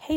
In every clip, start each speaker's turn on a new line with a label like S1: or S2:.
S1: hey,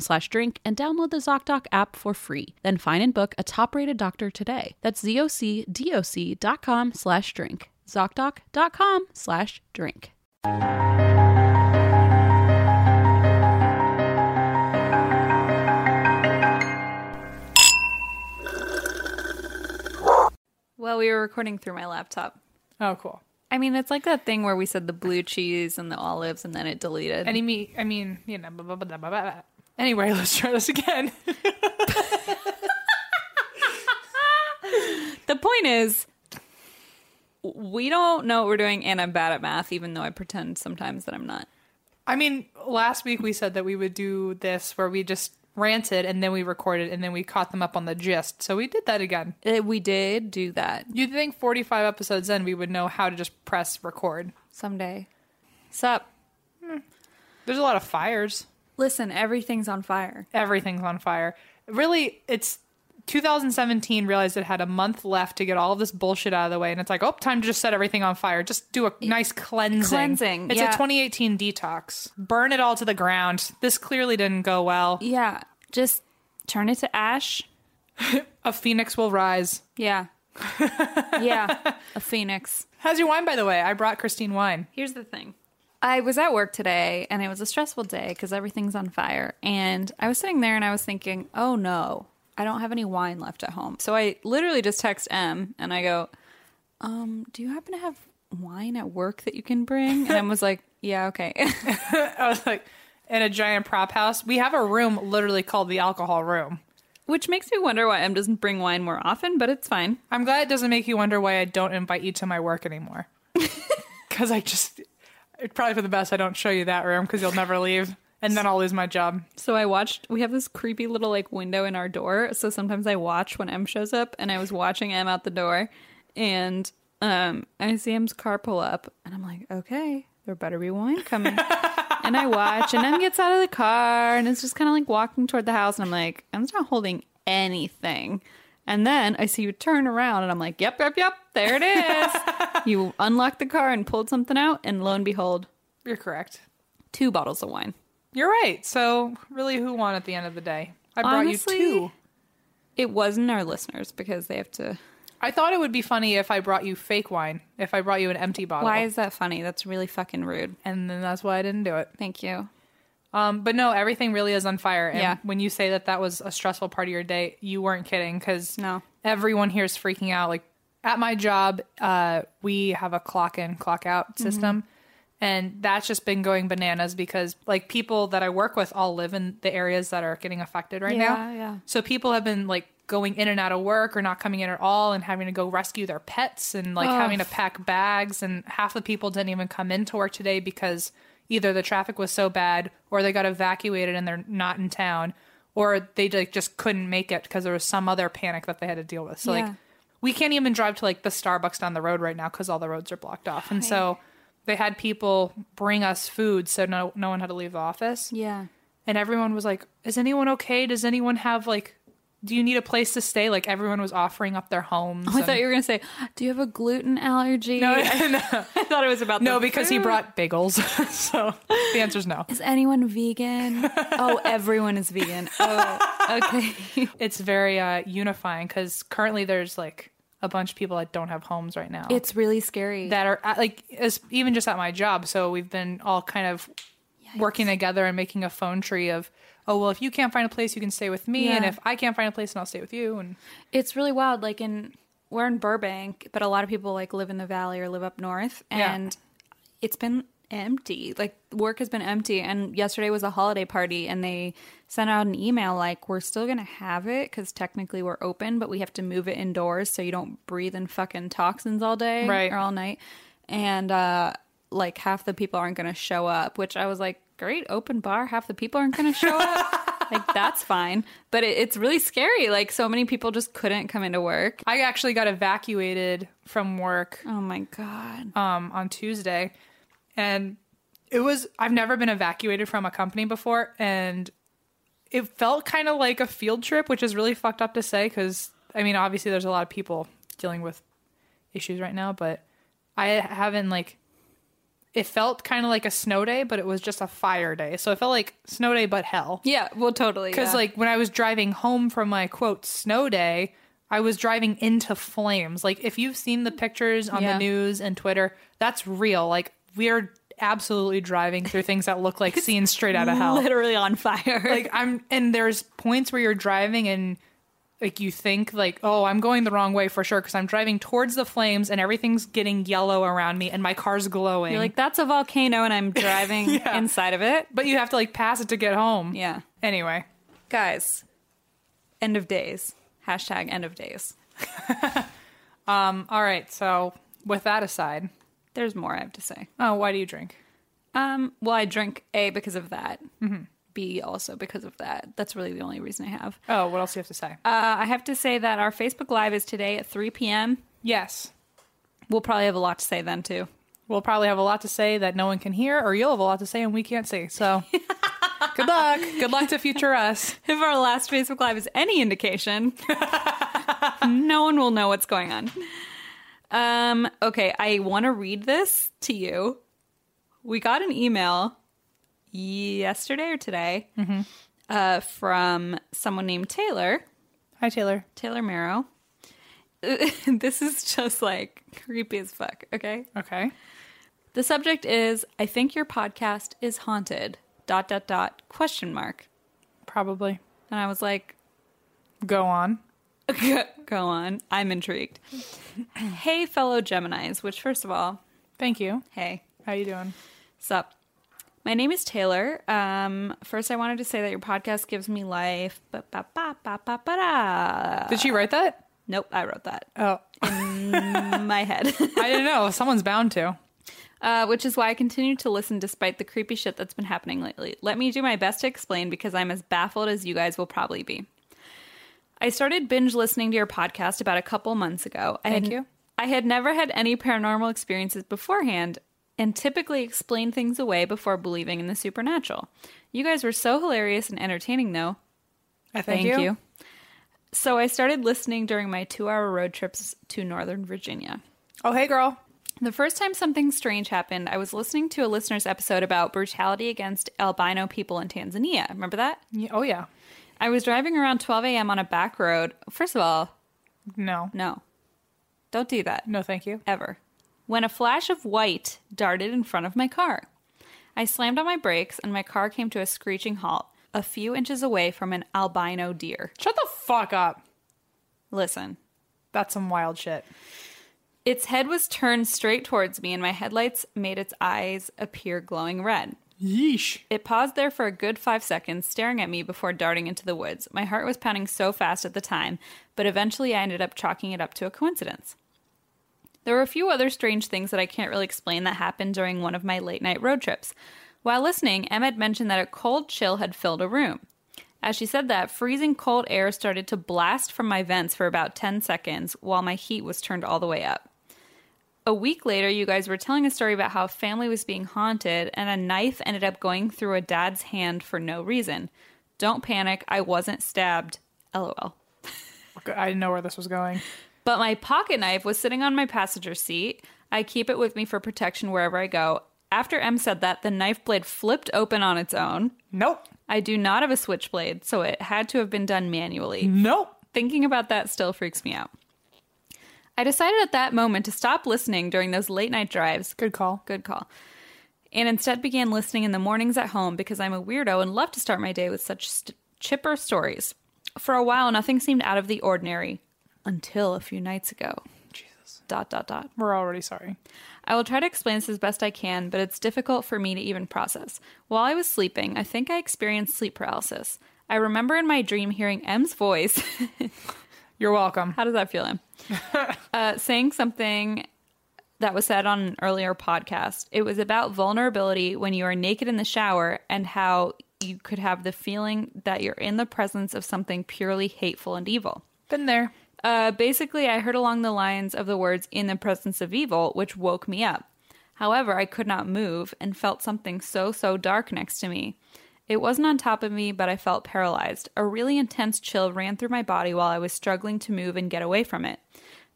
S2: slash drink and download the ZocDoc app for free. Then find and book a top-rated doctor today. That's zocdoc.com slash drink. ZocDoc.com slash drink.
S3: Well, we were recording through my laptop.
S4: Oh, cool.
S3: I mean, it's like that thing where we said the blue cheese and the olives and then it deleted.
S4: Any me, I mean, you know. Blah, blah, blah, blah, blah, blah. Anyway, let's try this again.
S3: the point is, we don't know what we're doing, and I'm bad at math, even though I pretend sometimes that I'm not.
S4: I mean, last week we said that we would do this where we just ranted and then we recorded and then we caught them up on the gist. So we did that again.
S3: Eh, We did do that
S4: You'd think 45 episodes in we would know how to just press record.
S3: someday. Sup?
S4: There's a lot of fires.
S3: Listen, everything's on fire.
S4: Everything's on fire. Really, it's 2017 realized it had a month left to get all of this bullshit out of the way and it's like, "Oh, time to just set everything on fire. Just do a nice cleansing."
S3: Cleansing,
S4: It's
S3: yeah.
S4: a 2018 detox. Burn it all to the ground. This clearly didn't go well.
S3: Yeah, just turn it to ash.
S4: A phoenix will rise.
S3: Yeah. yeah, a phoenix.
S4: How's your wine, by the way? I brought Christine wine.
S3: Here's the thing. I was at work today and it was a stressful day because everything's on fire. And I was sitting there and I was thinking, oh no, I don't have any wine left at home. So I literally just text M and I go, um, do you happen to have wine at work that you can bring? And M was like, yeah, okay.
S4: I was like, in a giant prop house. We have a room literally called the alcohol room.
S3: Which makes me wonder why M doesn't bring wine more often, but it's fine.
S4: I'm glad it doesn't make you wonder why I don't invite you to my work anymore. Because I just, it's probably for the best I don't show you that room because you'll never leave. And then I'll lose my job.
S3: So I watched. We have this creepy little like window in our door. So sometimes I watch when M shows up, and I was watching M out the door, and um, I see M's car pull up, and I'm like, okay, there better be wine coming. and I watch, and M gets out of the car, and it's just kind of like walking toward the house, and I'm like, M's not holding anything. And then I see you turn around, and I'm like, yep, yep, yep, there it is. you unlocked the car and pulled something out, and lo and behold,
S4: You're correct.
S3: two bottles of wine.
S4: You're right. So, really, who won at the end of the day? I brought
S3: Honestly-
S4: you two.
S3: It wasn't our listeners because they have to.
S4: I thought it would be funny if I brought you fake wine, if I brought you an empty bottle.
S3: Why is that funny? That's really fucking rude.
S4: and then that's why I didn't do it.
S3: Thank you.
S4: Um, but no, everything really is on fire. And
S3: Yeah.
S4: when you say that that was a stressful part of your day, you weren't kidding because
S3: No.
S4: everyone here is freaking out. Like at my job, uh, we have a clock in, clock
S3: Mm-hmm.
S4: out system. And that's just been going bananas because, like, people that I work with all live in the areas that are getting affected right now.
S3: Yeah, yeah.
S4: So people have been, like, going in and out of work or not coming in at all and having to go rescue their pets and, like, having to pack bags. And half the people didn't even come into work today because either the traffic was so bad or they got evacuated and they're not in town or they, like, just couldn't make it because there was some other panic that they had to deal with. So,
S3: Yeah.
S4: like, we can't even drive to like the Starbucks down the road right now because all the roads are blocked off. And so they had people bring us food so no no one had to leave the office.
S3: Yeah.
S4: And everyone was like, Is anyone okay? Does anyone have like do you need a place to stay? Like everyone was offering up their homes.
S3: Oh, I thought
S4: and-
S3: you were gonna say, "Do you have a gluten allergy?"
S4: no,
S3: I
S4: no,
S3: thought it was about
S4: no,
S3: the
S4: because he
S3: food.
S4: brought bagels. so the answer's no.
S3: Is anyone vegan? oh, everyone is vegan. Oh, okay.
S4: It's very uh, unifying because currently there's like a bunch of people that don't have homes right now.
S3: it's really scary.
S4: that are at, like as, even just at my job. So we've been all kind of working together and making a phone tree of, oh well, if you can't find a place, you can stay with me, and
S3: Yeah.
S4: if I can't find a place, then I'll stay with you. And
S3: it's really wild. Like in we're in Burbank, but a lot of people like live in the valley or live up north,
S4: Yeah.
S3: and it's been empty. Like work has been empty, and yesterday was a holiday party, and they sent out an email like we're still gonna have it because technically we're open, but we have to move it indoors so you don't breathe in fucking toxins all day
S4: Right.
S3: or all night, and uh, like half the people aren't gonna show up, which I was like. Great open bar. Half the people aren't going to show up. like that's fine, but it, it's really scary. Like so many people just couldn't come into work.
S4: I actually got evacuated from work
S3: Oh my god.
S4: um, on Tuesday, and it was I've never been evacuated from a company before, and it felt kind of like a field trip, which is really fucked up to say because I mean obviously there's a lot of people dealing with issues right now, but I haven't like it felt kind of like a snow day, but it was just a fire day, so it felt like snow day but hell.
S3: Yeah, well, totally.
S4: Because
S3: yeah.
S4: like when I was driving home from my quote snow day, I was driving into flames. Like if you've seen the pictures on
S3: Yeah.
S4: the news and Twitter, that's real. Like we're absolutely driving through things that look like scenes straight out of hell.
S3: literally on fire.
S4: Like I'm and there's points where you're driving and like you think like oh I'm going the wrong way for sure because I'm driving towards the flames and everything's getting yellow around me and my car's glowing.
S3: You're like that's a volcano, and I'm driving inside of it.
S4: but you have to like pass it to get home.
S3: Yeah,
S4: Anyway,
S3: guys. End of days. Hashtag end of days.
S4: um, all right. So with that aside,
S3: There's more I have to say.
S4: oh, why do you drink?
S3: Um, well, I drink a because of that. B also because of that. That's really the only reason I have.
S4: Oh, what else do you have to say?
S3: Uh, I have to say that our Facebook Live is today at 3 p.m.
S4: yes.
S3: We'll probably have a lot to say then too.
S4: We'll probably have a lot to say that no one can hear, or you'll have a lot to say and we can't see. So good luck. Good luck to future us.
S3: If our last Facebook Live is any indication, no one will know what's going on. Um, okay, I want to read this to you. We got an email yesterday or today uh, from someone named Taylor,
S4: Hi, Taylor.
S3: Taylor Marrow. this is just like creepy as fuck, okay?
S4: Okay.
S3: The subject is I think your podcast is haunted. Dot dot dot question mark.
S4: Probably.
S3: And I was like,
S4: Go on.
S3: Go on. I'm intrigued. hey, fellow Geminis, which, first of all,
S4: Thank you.
S3: hey,
S4: How you doing?
S3: sup. My name is Taylor. Um, first, I wanted to say that your podcast gives me life. Ba, ba, ba, ba, ba, ba, da.
S4: Did she write that?
S3: Nope, I wrote that
S4: Uh, Oh,
S3: in my head.
S4: I didn't know. Someone's bound to.
S3: uh, which is why I continue to listen despite the creepy shit that's been happening lately. Let me do my best to explain because I'm as baffled as you guys will probably be. I started binge listening to your podcast about a couple months ago. I
S4: Thank
S3: had,
S4: you.
S3: I had never had any paranormal experiences beforehand and typically explained things away before believing in the supernatural. You guys were so hilarious and entertaining, though.
S4: I
S3: So I started listening during my two hour road trips to Northern Virginia.
S4: Oh, hey, girl.
S3: The first time something strange happened, I was listening to a listener's episode about brutality against albino people in Tanzania. Remember that?
S4: Yeah, oh, yeah.
S3: I was driving around 12 a.m. on a back road. First of all,
S4: No.
S3: no. Don't do that.
S4: No, thank you.
S3: Ever. When a flash of white darted in front of my car. I slammed on my brakes and my car came to a screeching halt a few inches away from an albino deer.
S4: Shut the fuck up.
S3: Listen,
S4: That's some wild shit.
S3: Its head was turned straight towards me, and my headlights made its eyes appear glowing red.
S4: Yeesh.
S3: It paused there for a good five seconds, staring at me before darting into the woods. My heart was pounding so fast at the time, but eventually I ended up chalking it up to a coincidence. There were a few other strange things that I can't really explain that happened during one of my late night road trips. While listening, Em had mentioned that a cold chill had filled a room. As she said that, freezing cold air started to blast from my vents for about 10 seconds while my heat was turned all the way up. A week later, you guys were telling a story about how a family was being haunted and a knife ended up going through a dad's hand for no reason. Don't panic, I wasn't stabbed. LOL.
S4: I didn't know where this was going.
S3: But my pocket knife was sitting on my passenger seat. I keep it with me for protection wherever I go. After M said that, the knife blade flipped open on its own.
S4: Nope.
S3: I do not have a switchblade, so it had to have been done manually.
S4: Nope.
S3: Thinking about that still freaks me out. I decided at that moment to stop listening during those late night drives.
S4: Good call.
S3: Good call. And instead began listening in the mornings at home because I'm a weirdo and love to start my day with such st- chipper stories. For a while, nothing seemed out of the ordinary until a few nights ago. Jesus. Dot, dot, dot.
S4: We're already sorry.
S3: I will try to explain this as best I can, but it's difficult for me to even process. While I was sleeping, I think I experienced sleep paralysis. I remember in my dream hearing M's voice.
S4: You're welcome.
S3: How does that feel, Em? uh, saying something that was said on an earlier podcast. It was about vulnerability when you are naked in the shower and how you could have the feeling that you're in the presence of something purely hateful and evil.
S4: Been there.
S3: Uh, basically, I heard along the lines of the words in the presence of evil, which woke me up. However, I could not move and felt something so, so dark next to me. It wasn't on top of me, but I felt paralyzed. A really intense chill ran through my body while I was struggling to move and get away from it.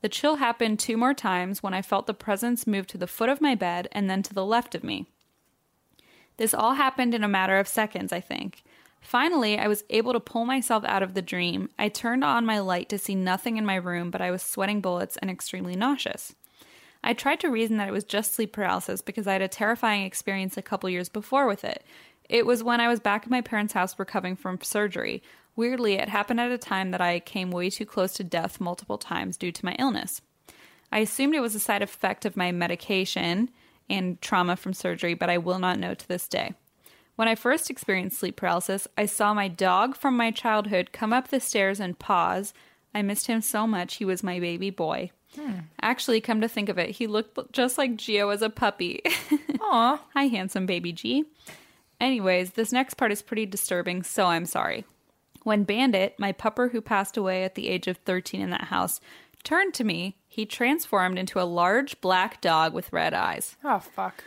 S3: The chill happened two more times when I felt the presence move to the foot of my bed and then to the left of me. This all happened in a matter of seconds, I think. Finally, I was able to pull myself out of the dream. I turned on my light to see nothing in my room, but I was sweating bullets and extremely nauseous. I tried to reason that it was just sleep paralysis because I had a terrifying experience a couple years before with it. It was when I was back at my parents' house recovering from surgery. Weirdly, it happened at a time that I came way too close to death multiple times due to my illness. I assumed it was a side effect of my medication and trauma from surgery, but I will not know to this day. When I first experienced sleep paralysis, I saw my dog from my childhood come up the stairs and pause. I missed him so much, he was my baby boy. Actually, come to think of it, he looked just like Geo as a puppy.
S4: Aw.
S3: Hi, handsome baby G. Anyways, this next part is pretty disturbing, so I'm sorry. When Bandit, my pupper who passed away at the age of 13 in that house, turned to me, he transformed into a large black dog with red eyes.
S4: Oh, fuck.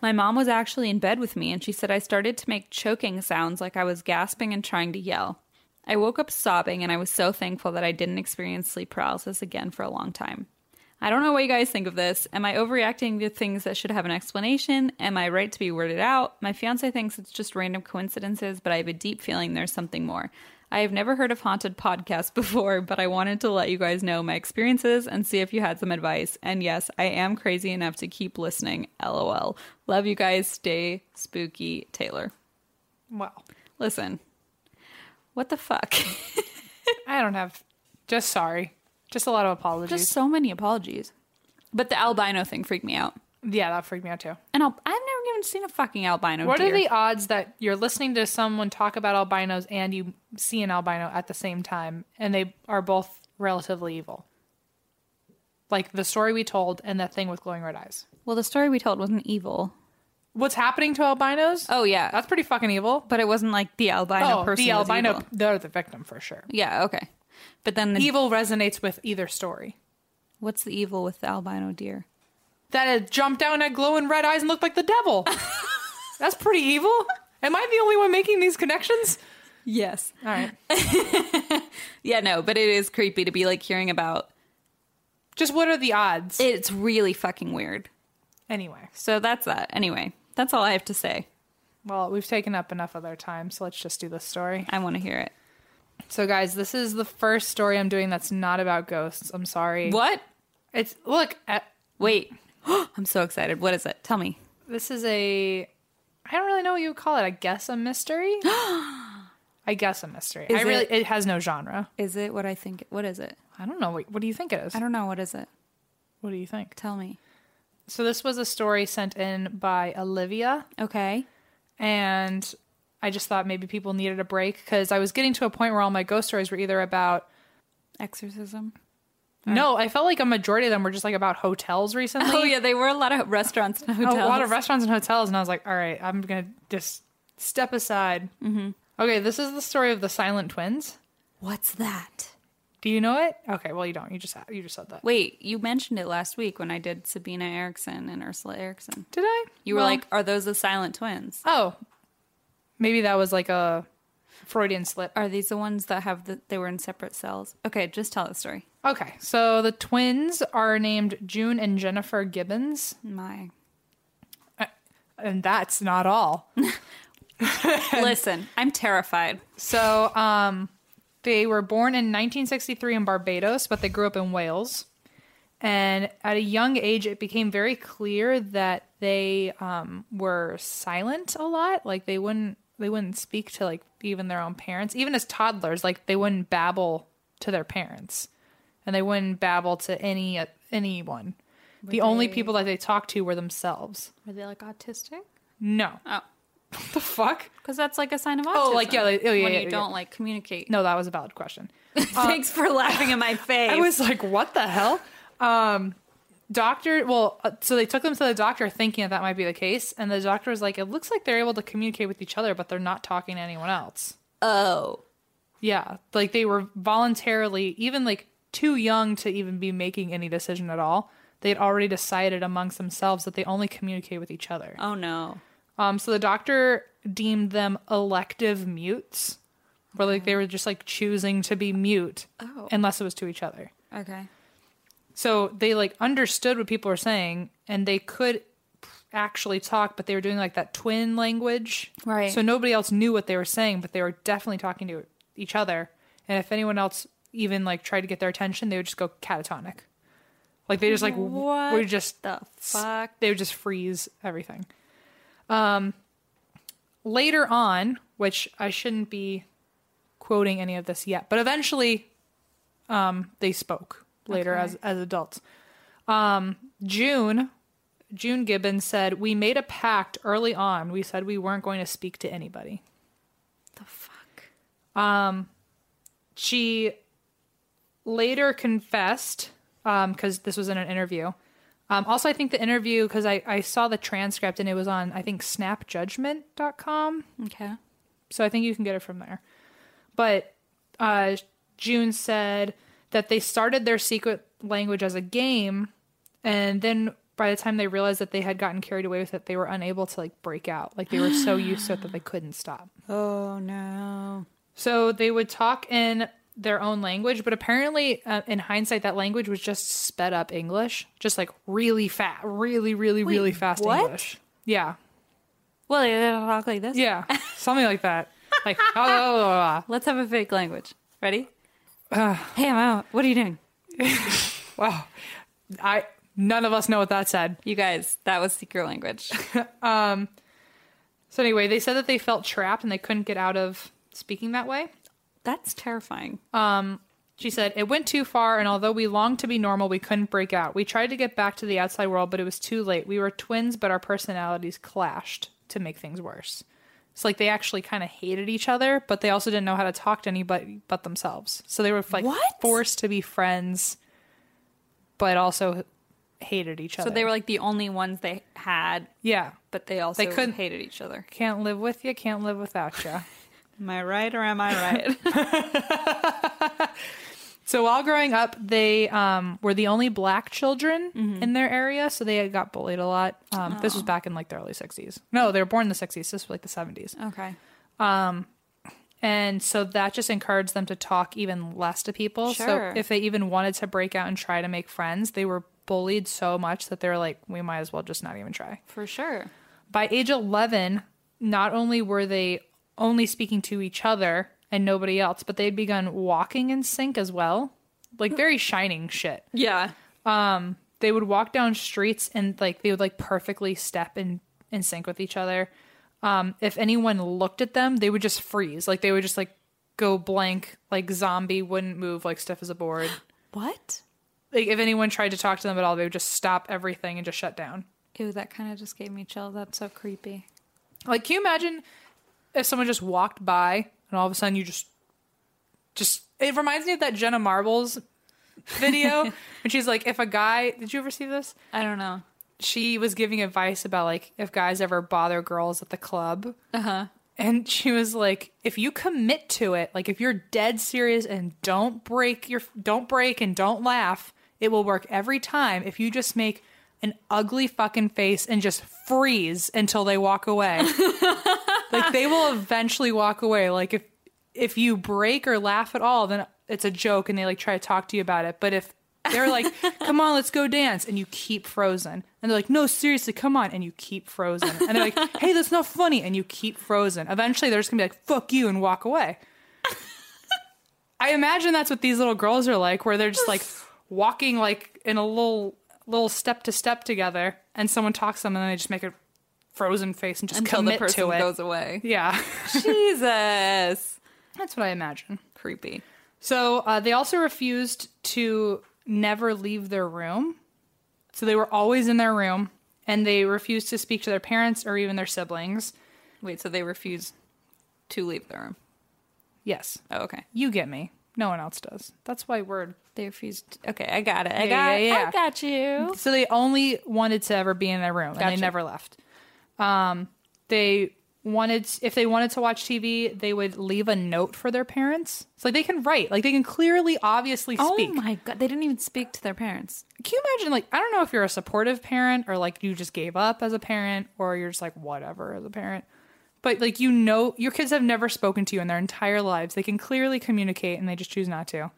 S3: My mom was actually in bed with me, and she said I started to make choking sounds like I was gasping and trying to yell. I woke up sobbing, and I was so thankful that I didn't experience sleep paralysis again for a long time. I don't know what you guys think of this. Am I overreacting to things that should have an explanation? Am I right to be weirded out? My fiance thinks it's just random coincidences, but I have a deep feeling there's something more. I have never heard of haunted podcasts before, but I wanted to let you guys know my experiences and see if you had some advice. And yes, I am crazy enough to keep listening. LOL. Love you guys. Stay spooky, Taylor.
S4: Wow.
S3: Listen. What the fuck?
S4: I don't have. Just sorry. Just a lot of apologies.
S3: Just so many apologies. But the albino thing freaked me out.
S4: yeah, that freaked me out too.
S3: And I'll, I've never even seen a fucking albino.
S4: What
S3: deer.
S4: are the odds that you're listening to someone talk about albinos and you see an albino at the same time and they are both relatively evil? Like the story we told and that thing with glowing red eyes.
S3: Well, the story we told wasn't evil.
S4: What's happening to albinos?
S3: Oh yeah,
S4: That's pretty fucking evil.
S3: but it wasn't like the albino
S4: Oh,
S3: person.
S4: the
S3: was
S4: albino,
S3: evil.
S4: they're the victim for sure.
S3: Yeah, okay. But then the,
S4: Evil resonates with either story.
S3: what's the evil with the albino deer?
S4: That it jumped down at glowing red eyes and looked like the devil. That's pretty evil. Am I the only one making these connections?
S3: Yes.
S4: All right.
S3: Yeah, no, but it is creepy to be like hearing about.
S4: Just what are the odds?
S3: It's really fucking weird.
S4: anyway,
S3: So that's that. Anyway, that's all I have to say.
S4: well, we've taken up enough of their time, so let's just do this story.
S3: I want to hear it.
S4: So, guys, this is the first story I'm doing that's not about ghosts. I'm sorry.
S3: What?
S4: It's look. uh, At,
S3: Wait. I'm so excited. What is it? Tell me.
S4: this is a. I don't really know what you would call it. I guess a mystery. I guess a mystery. I
S3: it-
S4: really. It, has no genre.
S3: Is it what I think? What is it?
S4: I don't know. What, what do you think it is?
S3: I don't know. What is it?
S4: What do you think?
S3: Tell me.
S4: So this was a story sent in by Olivia,
S3: Okay.
S4: and I just thought maybe people needed a break because I was getting to a point where all my ghost stories were either about
S3: Exorcism.
S4: no, I felt like a majority of them were just like about hotels recently.
S3: Oh yeah, they were a lot of restaurants and hotels.
S4: a lot of restaurants and hotels, and I was like, all right, I'm gonna just step aside. Mm-hmm. Okay, this is the story of the Silent Twins.
S3: What's that?
S4: Do you know it? Okay, well you don't. You just you just said that.
S3: Wait, you mentioned it last week when I did Sabina Erickson and Ursula Erickson.
S4: Did I?
S3: You were
S4: Well,
S3: like, "Are those the silent twins?
S4: oh, maybe that was like a Freudian slip.
S3: Are these the ones that have the, they were in separate cells?" Okay, just tell the story.
S4: Okay, so the twins are named June and Jennifer Gibbons,
S3: My
S4: and that's not all.
S3: listen, I'm terrified.
S4: So, um, they were born in 1963 in Barbados, but they grew up in Wales. And at a young age, it became very clear that they um, were silent a lot. Like they wouldn't they wouldn't speak to like even their own parents, even as toddlers. Like they wouldn't babble to their parents, and they wouldn't babble to any anyone. the only people that they talked to were themselves.
S3: Were they like autistic?
S4: No,
S3: Oh,
S4: what the fuck?
S3: because that's like a sign of autism.
S4: Oh, like, yeah, like- oh, yeah,
S3: when
S4: yeah,
S3: you
S4: yeah.
S3: don't like communicate. Uh,
S4: No, that was a valid question.
S3: Thanks for laughing in my face.
S4: I was like, what the hell? Um, doctor, well, uh, so they took them to the doctor thinking that that might be the case. And the doctor was like, it looks like they're able to communicate with each other, but they're not talking to anyone else.
S3: oh,
S4: Yeah. Like they were voluntarily, even like too young to even be making any decision at all. They'd already decided amongst themselves that they only communicate with each other.
S3: oh no.
S4: Um, so the doctor deemed them elective mutes, where like they were just like choosing to be mute
S3: Oh.
S4: unless it was to each other.
S3: Okay.
S4: so they like understood what people were saying and they could actually talk but they were doing like that twin language
S3: Right.
S4: so nobody else knew what they were saying but they were definitely talking to each other and if anyone else even like tried to get their attention they would just go catatonic like they just like w-
S3: What
S4: were just
S3: the fuck?
S4: they would just freeze everything um later on which i shouldn't be quoting any of this yet but eventually um they spoke later
S3: Okay.
S4: as as adults um june june gibbons said we made a pact early on we said we weren't going to speak to anybody
S3: The fuck?
S4: she later confessed because this was in an interview um, also i think the interview because I, I saw the transcript and it was on i think snapjudgment.com
S3: Okay.
S4: so i think you can get it from there but uh, june said that they started their secret language as a game and then by the time they realized that they had gotten carried away with it they were unable to like break out like they were so used to it that they couldn't stop
S3: Oh no.
S4: so they would talk in their own language, but apparently, uh, in hindsight, that language was just sped up English, just like really fast, really, really, really fast
S3: what?
S4: English. Yeah,
S3: Well, they don't talk like this.
S4: yeah, something like that. Like, oh, blah, blah, blah,
S3: Let's have a fake language. Ready? hey, I'm out. What are you doing?
S4: blah. wow, I none of us know what that said.
S3: You guys, that was secret language.
S4: So anyway, they said that they felt trapped and they couldn't get out of speaking that way.
S3: That's terrifying.
S4: She said, It went too far, and although we longed to be normal, we couldn't break out. We tried to get back to the outside world, but it was too late. We were twins, but our personalities clashed to make things worse. It's like they actually kind of hated each other, but they also didn't know how to talk to anybody but themselves. So they were like
S3: What?
S4: forced to be friends, but also hated each other.
S3: so they were like the only ones they had,
S4: yeah,
S3: but they also
S4: They couldn't-
S3: hated each other.
S4: can't live with you, can't live without you.
S3: Am I right or am I right?
S4: So while growing up, they um, were the only black children in their area, so they got bullied a lot. Um, This was back in like the early '60s. No, they were born in the '60s. This was like the '70s,
S3: okay.
S4: and so that just encouraged them to talk even less to people.
S3: Sure.
S4: So if they even wanted to break out and try to make friends, they were bullied so much that they were like, "We might as well just not even try."
S3: For sure.
S4: By age 11, not only were they only speaking to each other and nobody else, but they'd begun walking in sync as well, like very shining shit.
S3: Yeah.
S4: they would walk down streets and like they would like perfectly step in in sync with each other um if anyone looked at them they would just freeze like they would just like go blank like zombie wouldn't move like stiff as a board
S3: What?
S4: Like if anyone tried to talk to them at all, they would just stop everything and just shut down.
S3: Ew, that kind of just gave me chills. That's so creepy.
S4: Like, can you imagine if someone just walked by and all of a sudden you just, just it reminds me of that Jenna Marbles video when she's like, if a guy, did you ever see this?
S3: I don't know.
S4: She was giving advice about like if guys ever bother girls at the club. Uh huh. And she was like, if you commit to it, like if you're dead serious and don't break your don't break and don't laugh, it will work every time if you just make an ugly fucking face and just freeze until they walk away. like they will eventually walk away. Like if if you break or laugh at all, then it's a joke and they like try to talk to you about it. But if they're like, "Come on, let's go dance," and you keep frozen, and they're like, "No, seriously, come on," and you keep frozen, and they're like, "Hey, that's not funny," and you keep frozen. Eventually, they're just gonna be like, "Fuck you," and walk away. I imagine that's what these little girls are like, where they're just like walking like in a little little step to step together, and someone talks to them, and then they just make a frozen face and just
S3: Until the
S4: commit
S3: person
S4: to it.
S3: goes away.
S4: yeah,
S3: Jesus.
S4: that's what I imagine.
S3: Creepy.
S4: So uh, they also refused to never leave their room. So they were always in their room and they refused to speak to their parents or even their siblings.
S3: Wait, so they refuse to leave the room.
S4: Yes,
S3: Oh, okay.
S4: you get me. No one else does. That's why we're.
S3: They refused. Okay, I got it. I
S4: Yeah,
S3: got
S4: yeah, yeah.
S3: I got you.
S4: So they only wanted to ever be in their room and
S3: Gotcha.
S4: they never left. Um, they wanted, if they wanted to watch TV, they would leave a note for their parents. So like, they can write, like they can clearly, obviously speak.
S3: Oh my god, they didn't even speak to their parents.
S4: can you imagine like i don't know if you're a supportive parent or like you just gave up as a parent or you're just like whatever as a parent but like you know your kids have never spoken to you in their entire lives they can clearly communicate and they just choose not to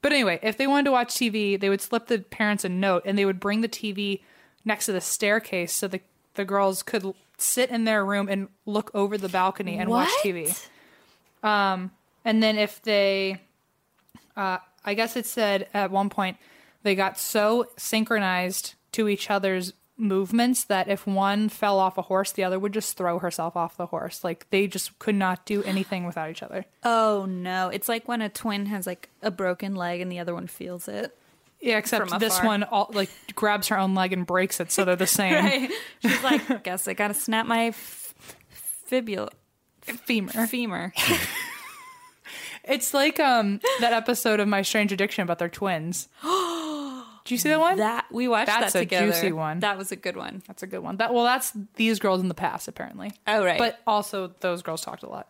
S4: but anyway if they wanted to watch tv they would slip the parents a note and they would bring the tv next to the staircase so the, the girls could l- sit in their room and look over the balcony and watch
S3: What?
S4: tv and then if they, uh, I guess it said at one point, they got so synchronized to each other's movements that if one fell off a horse, the other would just throw herself off the horse. Like they just could not do anything without each other.
S3: Oh no, it's like when a twin has like a broken leg and the other one feels it.
S4: Yeah, except
S3: From
S4: this
S3: afar.
S4: one all, like grabs her own leg and breaks it, so they're the same.
S3: She's like, guess I gotta snap my f- fibula,
S4: Femur.
S3: femur.
S4: It's like um that episode of My Strange Addiction about their twins. Do you see that one?
S3: That we watched
S4: That's
S3: that
S4: a
S3: together.
S4: juicy one.
S3: That was a good one.
S4: That's a good one. That well, that's these girls in the past apparently.
S3: Oh right,
S4: But also those girls talked a lot.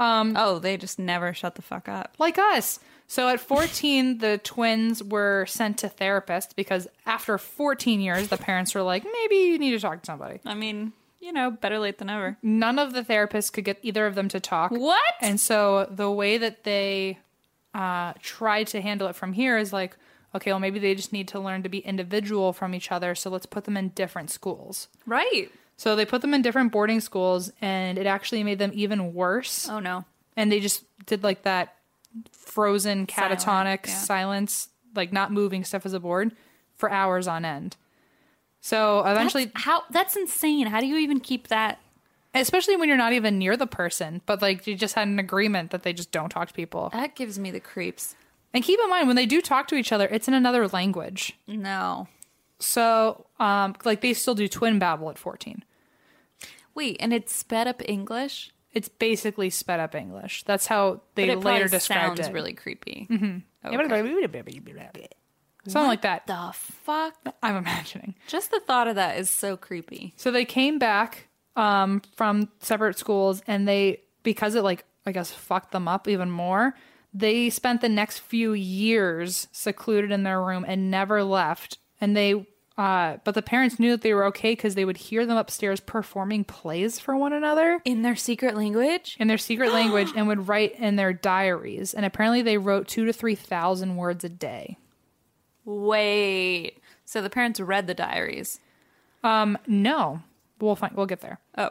S3: oh they just never shut the fuck up.
S4: like us. So at 14, the twins were sent to therapist because after 14 years, the parents were like, maybe you need to talk to somebody.
S3: I mean, you know, better late than ever.
S4: None of the therapists could get either of them to talk.
S3: What?
S4: And so the way that they uh, tried to handle it from here is like, okay, well, maybe they just need to learn to be individual from each other. So let's put them in different schools.
S3: Right.
S4: So they put them in different boarding schools, and it actually made them even worse.
S3: Oh no.
S4: and they just did like that frozen catatonic
S3: yeah.
S4: silence like not moving stuff as a board for hours on end so eventually
S3: That's- how that's insane. How do you even keep that?
S4: especially when you're not even near the person but like you just had an agreement that they just don't talk to people
S3: That gives me the creeps.
S4: and keep in mind when they do talk to each other it's in another language
S3: No.
S4: so um like they still do twin babble at 14
S3: Wait, and it's sped up English.
S4: it's basically sped up english that's how they
S3: But it
S4: later
S3: probably
S4: described
S3: sounds
S4: it
S3: really creepy.
S4: something like that
S3: The fuck?
S4: i'm imagining
S3: Just the thought of that is so creepy.
S4: So they came back um, from separate schools, and they because it like I guess fucked them up even more. They spent the next few years secluded in their room and never left. And they, uh, but the parents knew that they were okay because they would hear them upstairs performing plays for one another
S3: In their secret language?
S4: in their secret language and would write in their diaries. And apparently, they wrote two to three thousand words a day.
S3: Wait. So the parents read the diaries.
S4: Um, no, we'll find. We'll get there.
S3: Oh.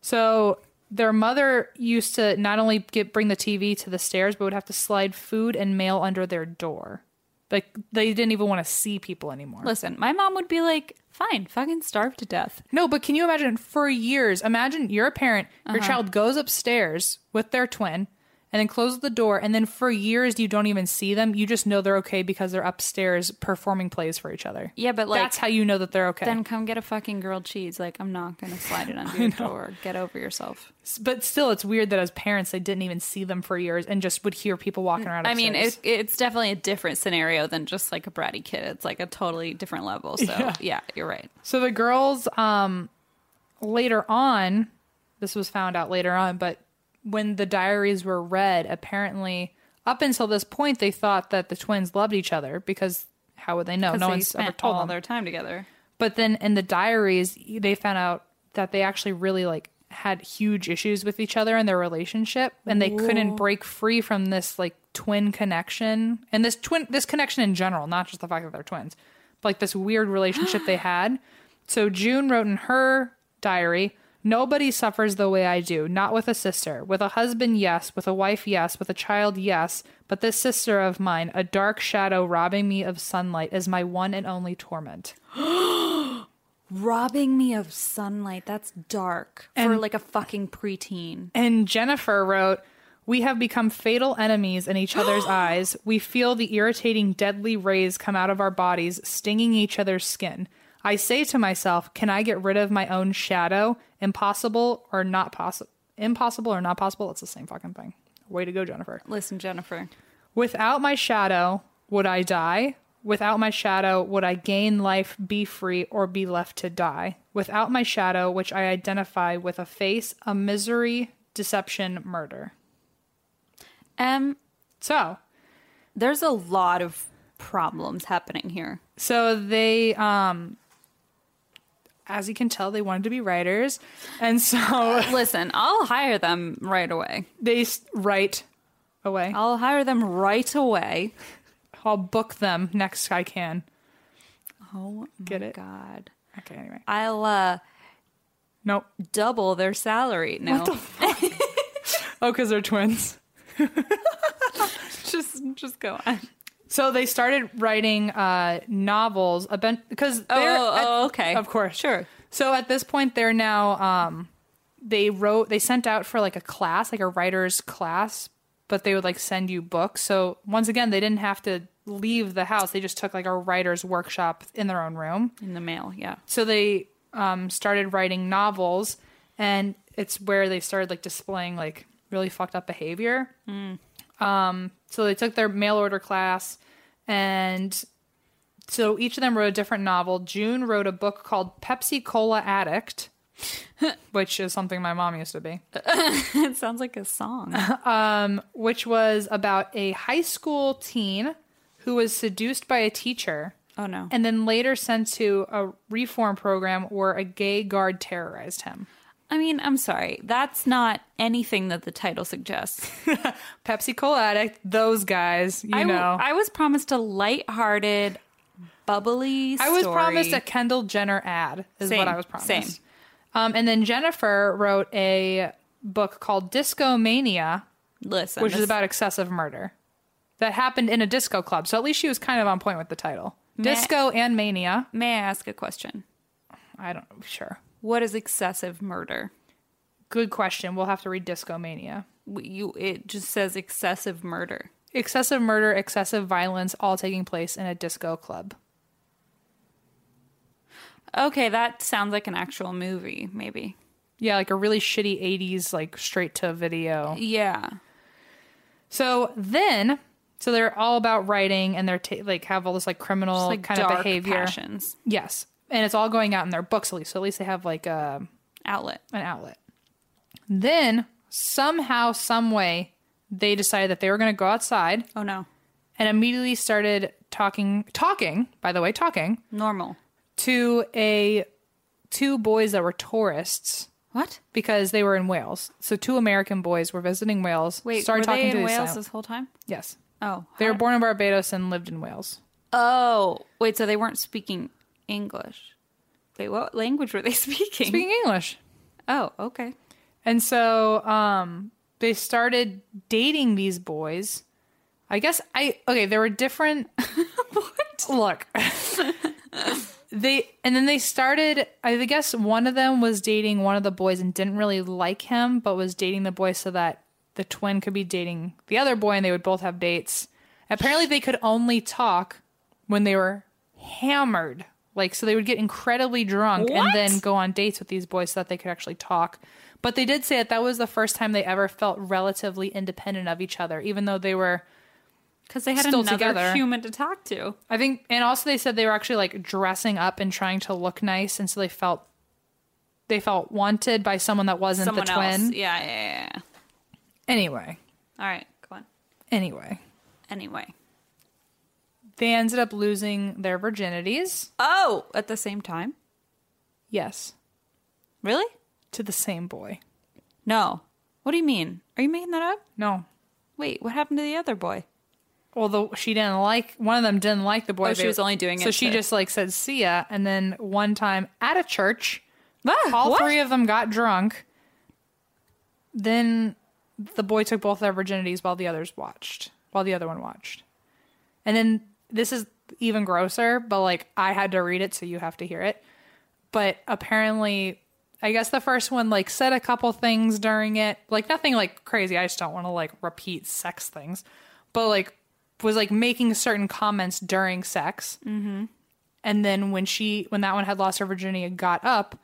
S4: So their mother used to not only get bring the TV to the stairs, but would have to slide food and mail under their door. Like they didn't even want to see people anymore.
S3: Listen, my mom would be like, fine, fucking starve to death.
S4: No, but can you
S3: Uh-huh.
S4: imagine for years? Imagine you're a parent, your child goes upstairs with their twin, and then close the door. And then for years, you don't even see them. You just know they're okay because they're upstairs performing plays for each other.
S3: Yeah, but, like-
S4: that's how you know that they're okay.
S3: Then come get a fucking grilled cheese. Like I'm not gonna slide it under your door. Get over yourself.
S4: but still, it's weird that as parents, they didn't even see them for years and just would hear people walking around.
S3: Mm. I mean,
S4: upstairs.
S3: it, it's definitely a different scenario than just like a bratty kid. It's like a totally different level. So yeah, you're right.
S4: So the girls, um, later on, this was found out later on, but when the diaries were read, apparently up until this point, they thought that the twins loved each other because how would they know?
S3: 'Cause
S4: No
S3: they
S4: one's
S3: spent
S4: ever told
S3: all
S4: them.
S3: their time together.
S4: But then in the diaries, they found out that they actually really like had huge issues with each other in their relationship, and they couldn't break free from this like twin connection and this twin this connection in general, not just the fact that they're twins, but like this weird relationship they had. So June wrote in her diary. Nobody suffers the way I do, not with a sister. With a husband, yes. With a wife, yes. With a child, yes. But this sister of mine, a dark shadow robbing me of sunlight, is my one and only torment.
S3: Robbing me of sunlight. That's dark for like a fucking preteen.
S4: And Jennifer wrote, We have become fatal enemies in each other's eyes. We feel the irritating, deadly rays come out of our bodies, stinging each other's skin. I say to myself, Can I get rid of my own shadow? Impossible or not possible? Impossible or not possible? It's the same fucking thing. Way to go, Jennifer.
S3: Listen, Jennifer.
S4: Without my shadow, would I die? Without my shadow, would I gain life, be free, or be left to die? Without my shadow, which I identify with a face, a misery, deception, murder.
S3: Um,
S4: So,
S3: there's a lot of problems happening here.
S4: so they, um, as you can tell, they wanted to be writers, and so
S3: Listen, I'll hire them right away.
S4: they s- write away. I'll,
S3: I'll hire them right away.
S4: book them next I can.
S3: Oh my
S4: Get it?
S3: god.
S4: Okay, anyway.
S3: I'll uh
S4: Nope.
S3: double their salary now.
S4: Oh, because they're twins.
S3: just just go on.
S4: So they started writing uh, novels aben- because they're
S3: Oh,
S4: at-
S3: oh, okay.
S4: of course
S3: Sure.
S4: So at this point, they're now um, they wrote they sent out for like a class, like a writer's class, but they would like send you books. So once again, they didn't have to leave the house; they just took like a writer's workshop in their own room.
S3: In the mail, yeah.
S4: So they um, started writing novels, and it's where they started like displaying like really fucked up behavior. Um, so they took their mail order class, and so each of them wrote a different novel. June wrote a book called Pepsi Cola Addict, which is something my mom used to be
S3: It sounds like a song.
S4: which was about a high school teen who was seduced by a teacher.
S3: Oh, no.
S4: And then later sent to a reform program where a gay guard terrorized him.
S3: I mean, I'm sorry. That's not anything that the title suggests.
S4: Pepsi Cola addict, those guys, you
S3: I, w-
S4: know.
S3: I was promised a lighthearted, bubbly
S4: I was
S3: story.
S4: promised a Kendall Jenner ad, is
S3: Same,
S4: what I was promised.
S3: same.
S4: Um, and then Jennifer wrote a book called Disco Mania,
S3: listen,
S4: which is
S3: this-
S4: about excessive murder that happened in a disco club. So at least she was kind of on point with the title. Disco and Mania.
S3: May I ask a question?
S4: I don't know, sure.
S3: What is excessive murder?
S4: Good question. We'll have to read Disco Mania.
S3: W- You it just says excessive murder.
S4: Excessive murder, excessive violence, all taking place in a disco club.
S3: Okay, that sounds like an actual movie, maybe.
S4: Yeah, like a really shitty 80s, like straight to video.
S3: Yeah.
S4: So then, so they're all about writing and they're ta- like have all this like criminal
S3: Like
S4: kind
S3: dark
S4: of behavior.
S3: passions.
S4: Yes. And it's all going out in their books at least. So at least they have like a,
S3: Outlet.
S4: an outlet. Then somehow, some way, they decided that they were going to go outside
S3: Oh no.
S4: and immediately started talking, talking, by the way, talking
S3: Normal.
S4: to a two boys that were tourists
S3: What?
S4: because they were in Wales. So two American boys were visiting Wales.
S3: Wait,
S4: started
S3: were
S4: talking
S3: they
S4: to
S3: in
S4: these
S3: Wales
S4: sil-
S3: this whole time?
S4: yes,
S3: Oh.
S4: they were
S3: how-
S4: born in Barbados and lived in Wales.
S3: Oh, wait, so they weren't speaking English. Wait, what language were they speaking?
S4: Speaking English,
S3: Oh, okay.
S4: and so um, they started dating these boys. I guess I okay. There were different. what? Look. They and then they started. I guess one of them was dating one of the boys and didn't really like him, but was dating the boy so that the twin could be dating the other boy and they would both have dates. Apparently, they could only talk when they were hammered. Like, so they would get incredibly drunk
S2: What?
S4: and then go on dates with these boys so that they could actually talk. But they did say that that was the first time they ever felt relatively independent of each other, even though they were
S3: because they had
S4: Still
S3: another
S4: together.
S3: human to talk to.
S4: I think, and also they said they were actually like dressing up and trying to look nice, and so they felt they felt wanted by someone that wasn't
S3: Someone
S4: the twin.
S3: else. Yeah, yeah, yeah, yeah.
S4: Anyway,
S3: All right, go on.
S4: anyway,
S3: Anyway.
S4: they ended up losing their virginities.
S3: Oh, at the same time?
S4: Yes,
S3: Really?
S4: to the same boy.
S3: No. What do you mean? Are you making that up?
S4: No,
S3: Wait, what happened to the other boy?
S4: well, the, she didn't like one of them. Didn't like the boy.
S3: Oh, she
S4: they-
S3: was only doing
S4: so
S3: it
S4: she
S3: to-
S4: just like said see ya, and then one time at a church, all
S3: what?
S4: three of them got drunk. Then the boy took both their virginities while the others watched, while the other one watched. And then this is even grosser, but like I had to read it, so you have to hear it. But apparently, I guess the first one like said a couple things during it, like nothing like crazy. I just don't want to like repeat sex things, but like was like making certain comments during sex. Mm-hmm. And then when she, when that one had lost her virginity and got up,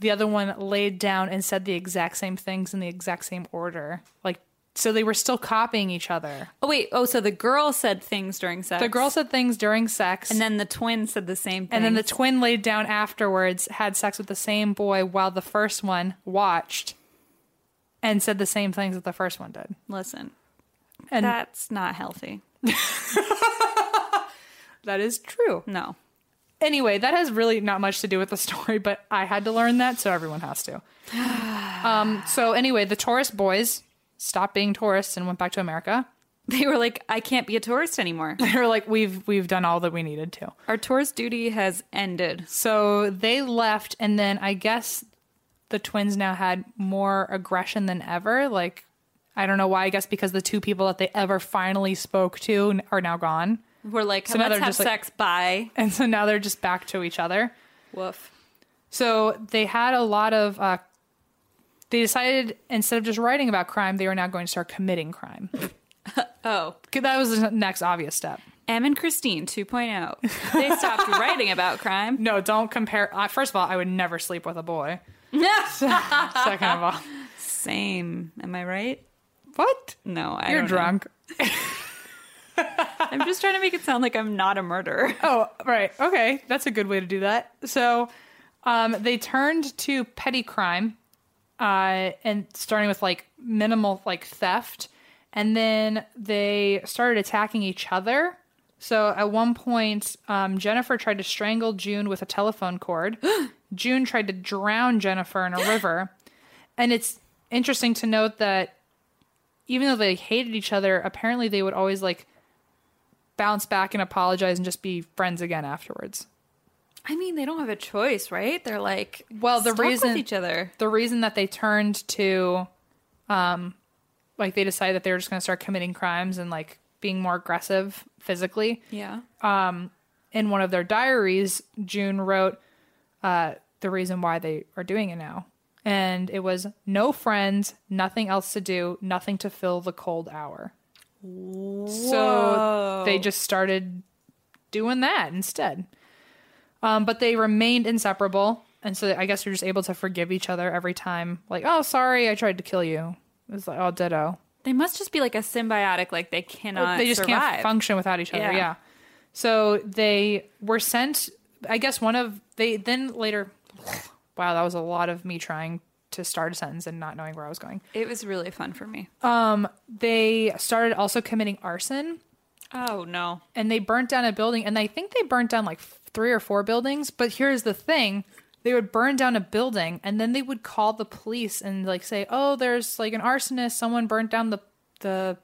S4: the other one laid down and said the exact same things in the exact same order. Like, so they were still copying each other.
S3: Oh, wait. Oh, so the girl said things during sex.
S4: The girl said things during sex,
S3: And then the twin said the same thing.
S4: and then the twin laid down afterwards, had sex with the same boy while the first one watched and said the same things that the first one did.
S3: Listen,
S4: And
S3: that's not healthy.
S4: that is true.
S3: No.
S4: Anyway, that has really not much to do with the story, but I had to learn that, so everyone has to. um, so anyway, the tourist boys stopped being tourists and went back to America.
S3: They were like, I can't be a tourist anymore.
S4: They were like, "We've we've done all that we needed to."
S3: Our tourist duty has ended.
S4: So they left, and then I guess the twins now had more aggression than ever. Like, I don't know why. I guess because the two people that they ever finally spoke to n- are now gone.
S3: We're like,
S4: So now
S3: let's
S4: they're
S3: have
S4: just like-
S3: sex. Bye.
S4: And so now they're just back to each other.
S3: Woof.
S4: So they had a lot of, uh, they decided instead of just writing about crime, they were now going to start committing crime.
S3: Oh.
S4: 'Cause that was the next obvious step.
S3: Em and Christine 2.0. They stopped writing about crime.
S4: No, don't compare. Uh, first of all, I would never sleep with a boy. Second of all,
S3: Same. Am I right?
S4: what?
S3: No, I
S4: You're
S3: don't know.
S4: drunk.
S3: I'm just trying to make it sound like I'm not a murderer.
S4: Oh, right. Okay. That's a good way to do that. So um, they turned to petty crime uh, and starting with like minimal like theft. And then they started attacking each other. So at one point, um, Jennifer tried to strangle June with a telephone cord. June tried to drown Jennifer in a river. And it's interesting to note that even though they hated each other, apparently they would always like bounce back and apologize and just be friends again afterwards.
S3: I mean, they don't have a choice, right? They're like,
S4: Well, the
S3: stuck
S4: reason-
S3: with each other.
S4: The reason that they turned to, um, like they decided that they were just going to start committing crimes and like being more aggressive physically.
S3: Yeah.
S4: In one of their diaries, June wrote uh, the reason why they are doing it now. And it was no friends, nothing else to do, nothing to fill the cold hour. So they just started doing that instead. Um, but they remained inseparable, and so I guess they're just able to forgive each other every time. Like, oh, sorry, I tried to kill you. It's like, oh, ditto.
S3: They must just be like a symbiotic, like they cannot
S4: they just
S3: survive.
S4: can't function without each other.
S3: Yeah.
S4: Yeah. So they were sent. I guess one of they then later. Wow, that was a lot of me trying to start a sentence and not knowing where I was going.
S3: It was really fun for me.
S4: They started also committing arson.
S3: oh, no.
S4: and they burnt down a building and i think they burnt down like f- three or four buildings but here's the thing they would burn down a building and then they would call the police and like say oh there's like an arsonist someone burnt down the the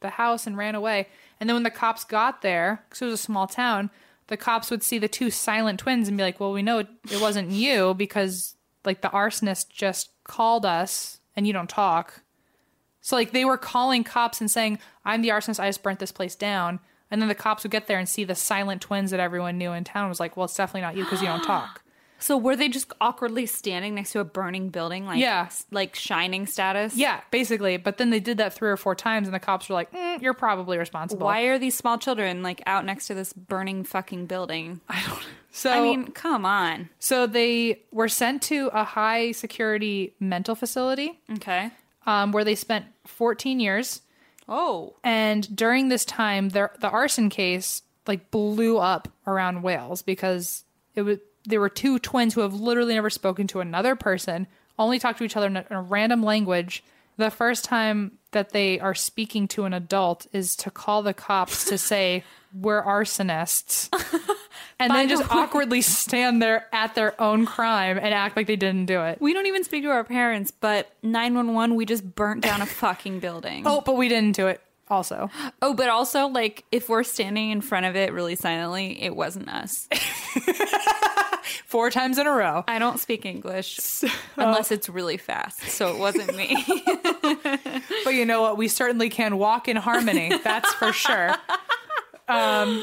S4: the house and ran away and then when the cops got there because it was a small town the cops would see the two silent twins and be like well we know it, it wasn't you because like the arsonist just called us and you don't talk so like they were calling cops and saying, "I'm the arsonist. I just burnt this place down." And then the cops would get there and see the silent twins that everyone knew in town. Was like, "Well, it's definitely not you because you don't talk."
S3: So were they just awkwardly standing next to a burning building, like
S4: Yeah.
S3: s- like shining status?
S4: Yeah, basically. But then they did that three or four times, and the cops were like, mm, "You're probably responsible."
S3: Why are these small children like out next to this burning fucking building?
S4: So
S3: I mean, come on.
S4: so they were sent to a high security mental facility
S3: Okay.
S4: um, where they spent 14 years.
S3: Oh.
S4: And during this time, their the arson case like blew up around Wales because it was there were two twins who have literally never spoken to another person, only talked to each other in a, in a random language. The first time that they are speaking to an adult is to call the cops to say we're arsonists, and then just awkwardly stand there at their own crime and act like they didn't do it.
S3: We don't even speak to our parents, but 911, we just burnt down a fucking building.
S4: Oh, but we didn't do it. Also,
S3: Oh, but also, like, if we're standing in front of it really silently, it wasn't us.
S4: four times in a row.
S3: I don't speak English unless it's really fast, so it wasn't me.
S4: But you know what? We certainly can walk in harmony. That's for sure. Um,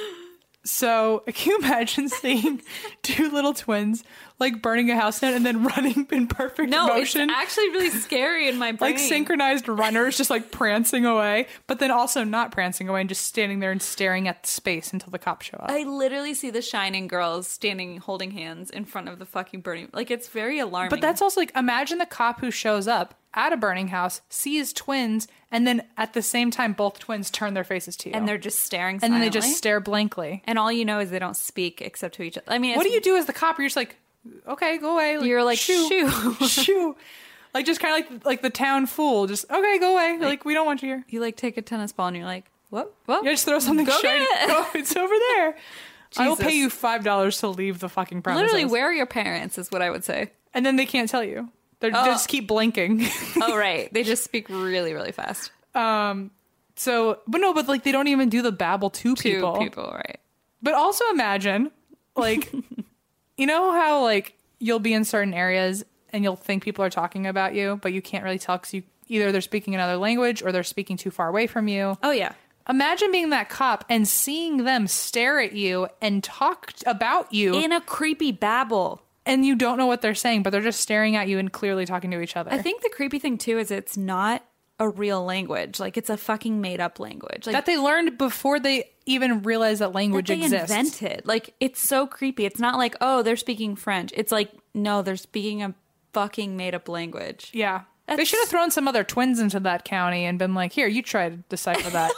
S4: so can you imagine seeing two little twins like burning a house down and then running in perfect
S3: no,
S4: motion?
S3: it's actually really scary in my brain.
S4: like synchronized runners just like prancing away, but then also not prancing away and just standing there and staring at the space until the cops show up.
S3: I literally see the shining girls standing holding hands in front of the fucking burning. Like it's very alarming.
S4: But that's also like imagine the cop who shows up at a burning house, sees twins, and then at the same time both twins turn their faces to you.
S3: and they're just staring.
S4: and then they
S3: Silently.
S4: just stare blankly.
S3: And all you know is they don't speak except to each other. I mean,
S4: what do
S3: it's-
S4: you do as the cop? You're just like, okay, go away.
S3: You're like,
S4: shoo, shoo. like just kind of like like the town fool. Just okay, go away. Like, we don't want you here.
S3: You like take a tennis ball and you're like, what? What?
S4: Yeah, just throw something
S3: Go
S4: shiny.
S3: get it.
S4: Go, it's over there. I will pay
S3: Jesus.
S4: you five dollars to leave the fucking premises.
S3: Literally, where are your parents? Is what I would say.
S4: and then they can't tell you. They're,
S3: Oh.
S4: They just keep blinking.
S3: oh right, they just speak really, really fast.
S4: um. So, but no, but like they don't even do the babble
S3: Two
S4: to, people.
S3: people, right?
S4: But also imagine, like, you know how like you'll be in certain areas and you'll think people are talking about you, but you can't really tell because you either they're speaking another language or they're speaking too far away from you.
S3: Oh yeah.
S4: Imagine being that cop and seeing them stare at you and talk t- about you,
S3: In a creepy babble.
S4: and you don't know what they're saying, but they're just staring at you and clearly talking to each other.
S3: I think the creepy thing too is it's not a real language. Like it's a fucking made up language. Like
S4: that they learned before they even realized that language
S3: that they
S4: exists.
S3: invented. Like it's so creepy. It's not like oh they're speaking French. It's like no they're speaking a fucking made up language.
S4: yeah. They
S3: That's-
S4: should have thrown some other twins into that county and been like, here, you try to decipher that.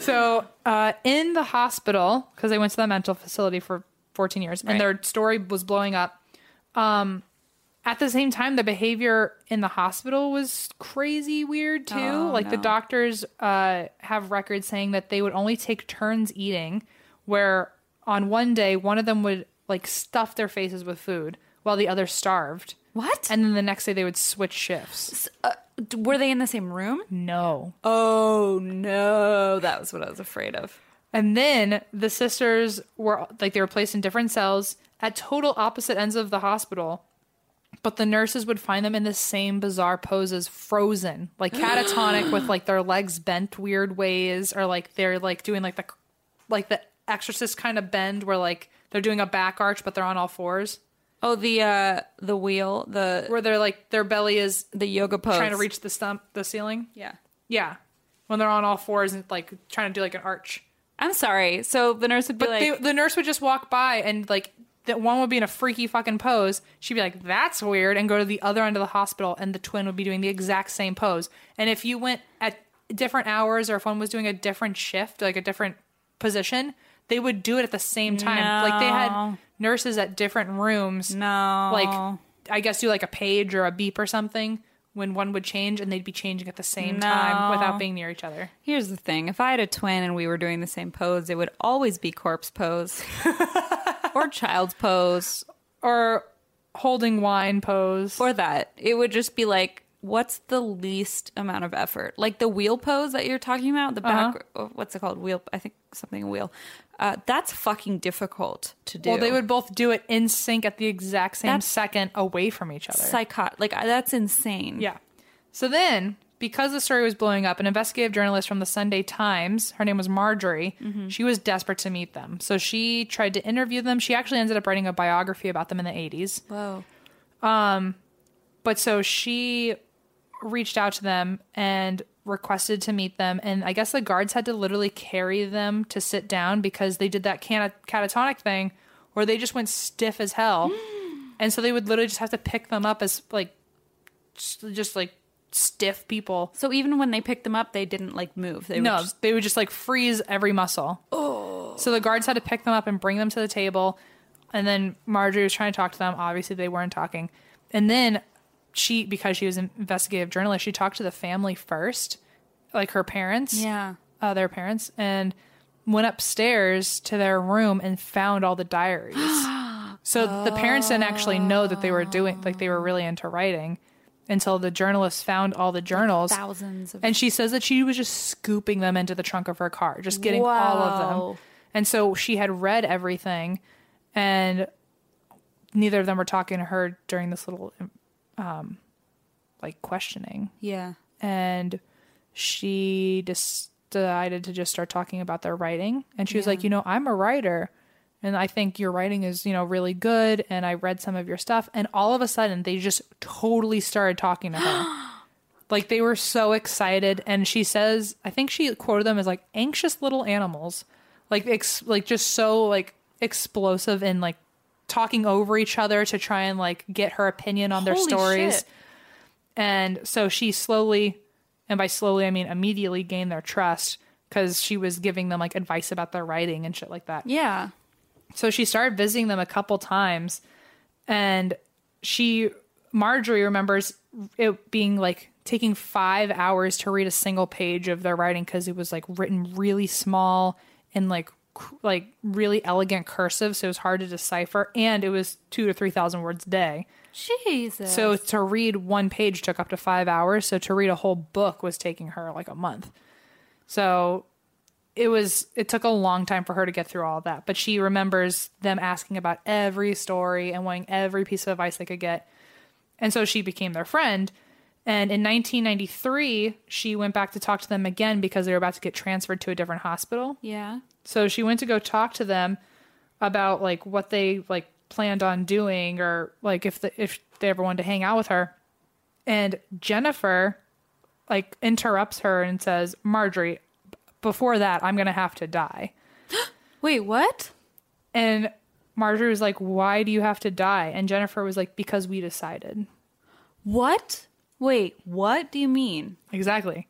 S4: so, uh, in the hospital, because they went to the mental facility for 14 years and their story was blowing up, um, at the same time, the behavior in the hospital was crazy weird too. like the doctors uh, have records saying that they would only take turns eating, where on one day one of them would like stuff their faces with food while the other starved.
S3: What?
S4: And then the next day they would switch shifts.
S3: Uh, d- were they in the same room?
S4: No.
S3: Oh no, that was what I was afraid of.
S4: And then the sisters were like they were placed in different cells at total opposite ends of the hospital. But the nurses would find them in the same bizarre poses, frozen, like catatonic with like their legs bent weird ways or like they're like doing like the like the exorcist kind of bend where like they're doing a back arch but they're on all fours
S3: Oh the uh the wheel the
S4: where they're like their belly is
S3: the yoga pose
S4: trying to reach the stump the ceiling.
S3: yeah.
S4: Yeah. When they're on all fours and like trying to do like an arch.
S3: I'm sorry. So the nurse would be
S4: But
S3: like,
S4: they, the nurse would just walk by and like that one would be in a freaky fucking pose. She'd be like, "That's weird," and go to the other end of the hospital, and the twin would be doing the exact same pose. And if you went at different hours, or if one was doing a different shift, like a different position, they would do it at the same time. Like they had
S3: No.
S4: nurses at different rooms.
S3: no,
S4: Like I guess do like a page or a beep or something when one would change, and they'd be changing at the same
S3: No.
S4: time without being near each other.
S3: Here's the thing if I had a twin and we were doing the same pose, it would always be corpse pose or child's pose
S4: Or holding wine pose.
S3: or that. It would just be like, what's the least amount of effort? Like the wheel pose that you're talking about, the back,
S4: Uh-huh.
S3: oh, what's it called? Wheel, I think something wheel. Uh, that's fucking difficult to do.
S4: Well, they would both do it in sync at the exact same
S3: That's-
S4: second away from each other.
S3: psychot, like I- that's uh, insane.
S4: yeah. So then because the story was blowing up, an investigative journalist from the Sunday Times, her name was Marjorie,
S3: Mm-hmm.
S4: she was desperate to meet them. So she tried to interview them. She actually ended up writing a biography about them in the 80s.
S3: Whoa.
S4: But so she reached out to them and requested to meet them. And I guess the guards had to literally carry them to sit down because they did that cana- catatonic thing where they just went stiff as hell. and so they would literally just have to pick them up as like, s- just like stiff people.
S3: So even when they picked them up, they didn't like move. They
S4: No,
S3: were just,
S4: they would just like freeze every muscle. Oh. So the guards had to pick them up and bring them to the table. And then Marjorie was trying to talk to them. Obviously, they weren't talking. And then she, because she was an investigative journalist, she talked to the family first, like her parents,
S3: yeah.
S4: uh, their parents, and went upstairs to their room and found all the diaries. so the parents didn't actually know that they were doing, like, they were really into writing until the journalists found all the journals.
S3: Thousands of
S4: And she says that she was just scooping them into the trunk of her car, just getting all of
S3: Wow.
S4: them. And so she had read everything, and neither of them were talking to her during this little, um, like questioning.
S3: yeah.
S4: And she decided to just start talking about their writing. And she was like, you know, I'm a writer. And I think your writing is, you know, really good. And I read some of your stuff. And all of a sudden, they just totally started talking to her. Like they were so excited, and she says, I think she quoted them as like anxious little animals, like ex- like just so like explosive and like talking over each other to try and like get her opinion on their
S3: Holy
S4: stories.
S3: shit.
S4: And so she slowly, and by slowly I mean immediately, gained their trust because she was giving them like advice about their writing and shit like that.
S3: Yeah.
S4: So she started visiting them a couple times, and she Marjorie remembers it being like taking five hours to read a single page of their writing because it was like written really small and like cr- like really elegant cursive, so it was hard to decipher, and it was two to three thousand words a day.
S3: Jesus.
S4: So to read one page took up to five hours. So to read a whole book was taking her like a month. So it was it took a long time for her to get through all that. But she remembers them asking about every story and wanting every piece of advice they could get. And so she became their friend. And in 1993, she went back to talk to them again because they were about to get transferred to a different hospital.
S3: yeah.
S4: So she went to go talk to them about like what they like planned on doing or like if the, if they ever wanted to hang out with her. And Jennifer like interrupts her and says, "Marjorie, b- before that, I'm going to have to die."
S3: Wait, what?
S4: And Marjorie was like, "Why do you have to die?" And Jennifer was like, "Because we decided."
S3: What? Wait, what do you mean?
S4: Exactly.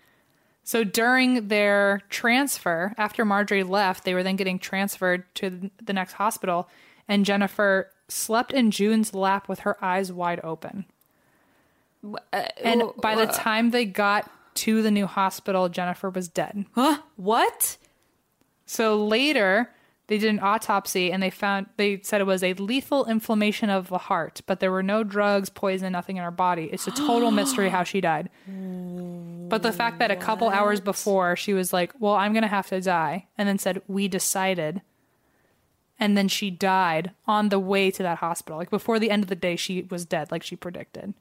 S4: So during their transfer, after Marjorie left, they were then getting transferred to the next hospital, and Jennifer slept in June's lap with her eyes wide open. And by the time they got to the new hospital, Jennifer was dead.
S3: Huh? What?
S4: So later, they did an autopsy and they found they said it was a lethal inflammation of the heart, but there were no drugs, poison, nothing in her body. It's a total mystery how she died. But the fact that a couple hours before she was like, "Well, I'm going to have to die," and then said, "We decided." And then she died on the way to that hospital. Like before the end of the day, she was dead, like she predicted.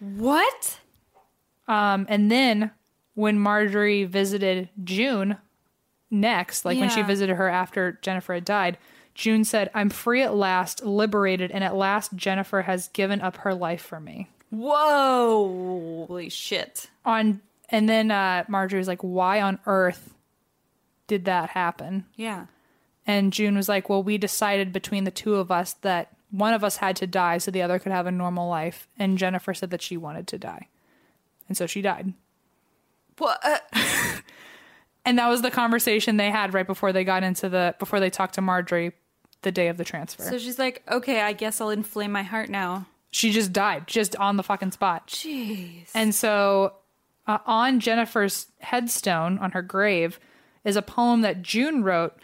S3: What?
S4: Um, and then when Marjorie visited June next, like when she
S3: Yeah.
S4: visited her after Jennifer had died, June said, I'm free at last, liberated, and at last Jennifer has given up her life for me.
S3: Whoa. Holy shit.
S4: On and then uh Marjorie was like, Why on earth did that happen?
S3: Yeah.
S4: And June was like, Well, we decided between the two of us that one of us had to die so the other could have a normal life. And Jennifer said that she wanted to die. And so she died.
S3: What? Uh,
S4: and that was the conversation they had right before they got into the before they talked to Marjorie the day of the transfer.
S3: so she's like, okay, I guess I'll inflame my heart now.
S4: she just died just on the fucking spot.
S3: Jeez.
S4: And so uh, on Jennifer's headstone on her grave is a poem that June wrote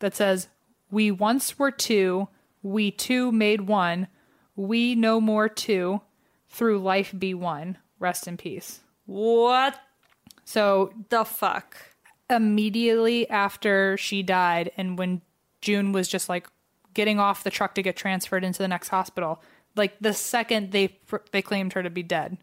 S4: that says, "We once were two, we two made one, we no more two, through life be one. Rest in peace."
S3: What
S4: So
S3: the fuck?
S4: immediately after she died and when June was just like getting off the truck to get transferred into the next hospital like the second they they claimed her to be dead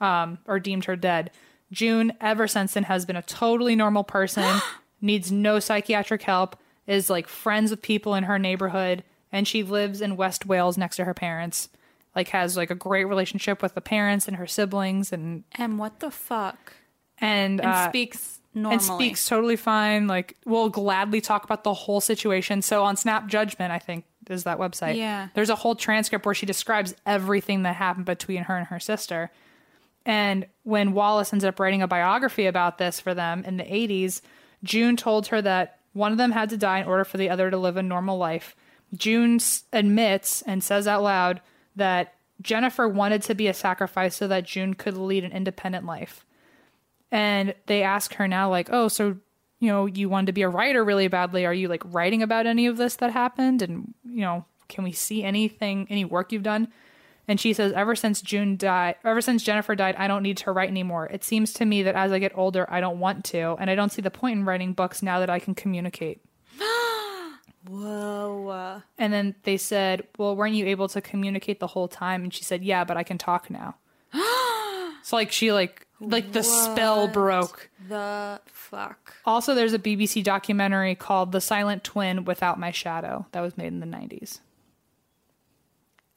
S4: um, or deemed her dead. June, ever since then, has been a totally normal person, needs no psychiatric help, is like friends with people in her neighborhood, and she lives in West Wales next to her parents. Like has like a great relationship with the parents and her siblings, and
S3: And what the fuck?
S4: and,
S3: And
S4: uh,
S3: speaks normally.
S4: and speaks totally fine. Like, will gladly talk about the whole situation. So on Snap Judgment, I think is that website.
S3: Yeah.
S4: there's a whole transcript where she describes everything that happened between her and her sister. And when Wallace ends up writing a biography about this for them in the 80s, June told her that one of them had to die in order for the other to live a normal life. June s- admits and says out loud that Jennifer wanted to be a sacrifice so that June could lead an independent life and they ask her now like oh so you know you wanted to be a writer really badly are you like writing about any of this that happened and you know can we see anything any work you've done and she says ever since june died ever since jennifer died i don't need to write anymore it seems to me that as i get older i don't want to and i don't see the point in writing books now that i can communicate
S3: Whoa. uh,
S4: and then they said well weren't you able to communicate the whole time and she said yeah but i can talk now so like she like like the spell broke
S3: The fuck.
S4: Also, there's a BBC documentary called The Silent Twin Without My Shadow that was made in the 90s.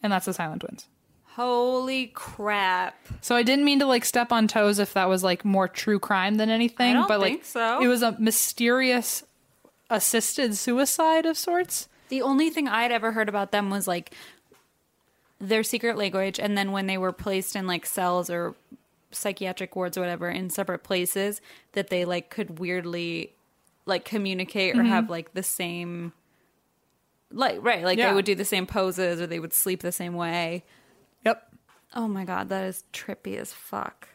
S4: And that's The Silent Twins.
S3: Holy crap.
S4: So I didn't mean to like step on toes if that was like more true crime than anything,
S3: I don't
S4: but
S3: think
S4: like
S3: so.
S4: it was a mysterious assisted suicide of sorts.
S3: The only thing I'd ever heard about them was like their secret language, and then when they were placed in like cells or psychiatric wards or whatever in separate places, that they like could weirdly like communicate or have like the same like right like
S4: Yeah.
S3: they would do the same poses or they would sleep the same way.
S4: Yep.
S3: Oh my god, that is trippy as fuck.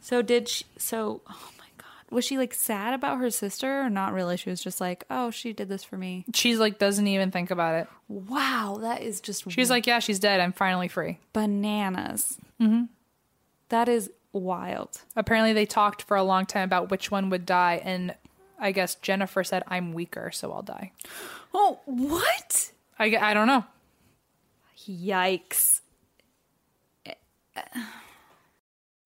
S3: So did she? So oh my god, was she like sad about her sister or not really? She was just like, oh, she did this for me.
S4: She's like doesn't even think about it.
S3: Wow, that is just
S4: She's like, yeah, she's dead. I'm finally free.
S3: bananas.
S2: Mm-hmm.
S3: That is wild.
S4: Apparently, they talked for a long time about which one would die, and I guess Jennifer said, "I'm weaker, so I'll die."
S3: Oh, what?
S4: I, I don't know.
S3: Yikes.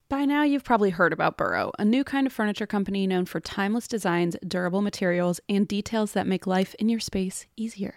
S2: By now, you've probably heard about Burrow, a new kind of furniture company known for timeless designs, durable materials, and details that make life in your space easier.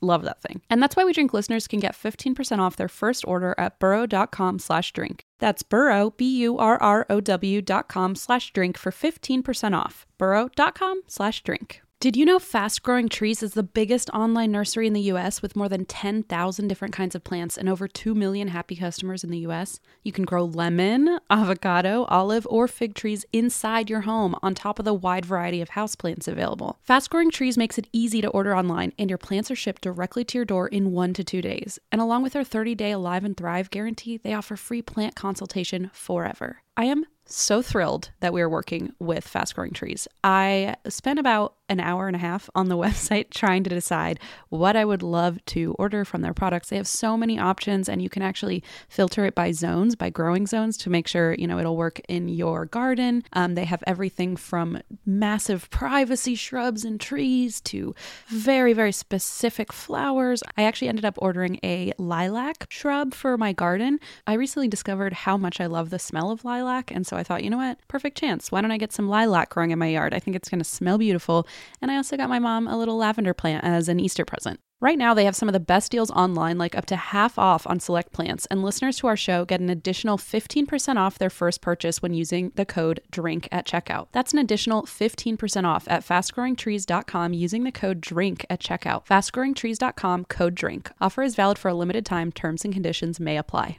S2: Love that thing. And that's why We Drink listeners can get 15% off their first order at burrow.com slash drink. That's burrow, B-U-R-R-O-W dot com slash drink for 15% off. burrow.com slash drink. Did you know Fast Growing Trees is the biggest online nursery in the US with more than 10,000 different kinds of plants and over 2 million happy customers in the US? You can grow lemon, avocado, olive, or fig trees inside your home on top of the wide variety of houseplants available. Fast Growing Trees makes it easy to order online and your plants are shipped directly to your door in 1 to 2 days. And along with their 30-day Alive and Thrive guarantee, they offer free plant consultation forever. I am so thrilled that we are working with fast growing trees. I spent about an hour and a half on the website trying to decide what I would love to order from their products. They have so many options and you can actually filter it by zones, by growing zones to make sure, you know, it'll work in your garden. Um, they have everything from massive privacy shrubs and trees to very, very specific flowers. I actually ended up ordering a lilac shrub for my garden. I recently discovered how much I love the smell of lilac. And so I thought, you know what? Perfect chance. Why don't I get some lilac growing in my yard? I think it's going to smell beautiful And I also got my mom a little lavender plant as an Easter present. Right now, they have some of the best deals online, like up to half off on select plants. And listeners to our show get an additional 15% off their first purchase when using the code DRINK at checkout. That's an additional 15% off at fastgrowingtrees.com using the code DRINK at checkout. Fastgrowingtrees.com code DRINK. Offer is valid for a limited time. Terms and conditions may apply.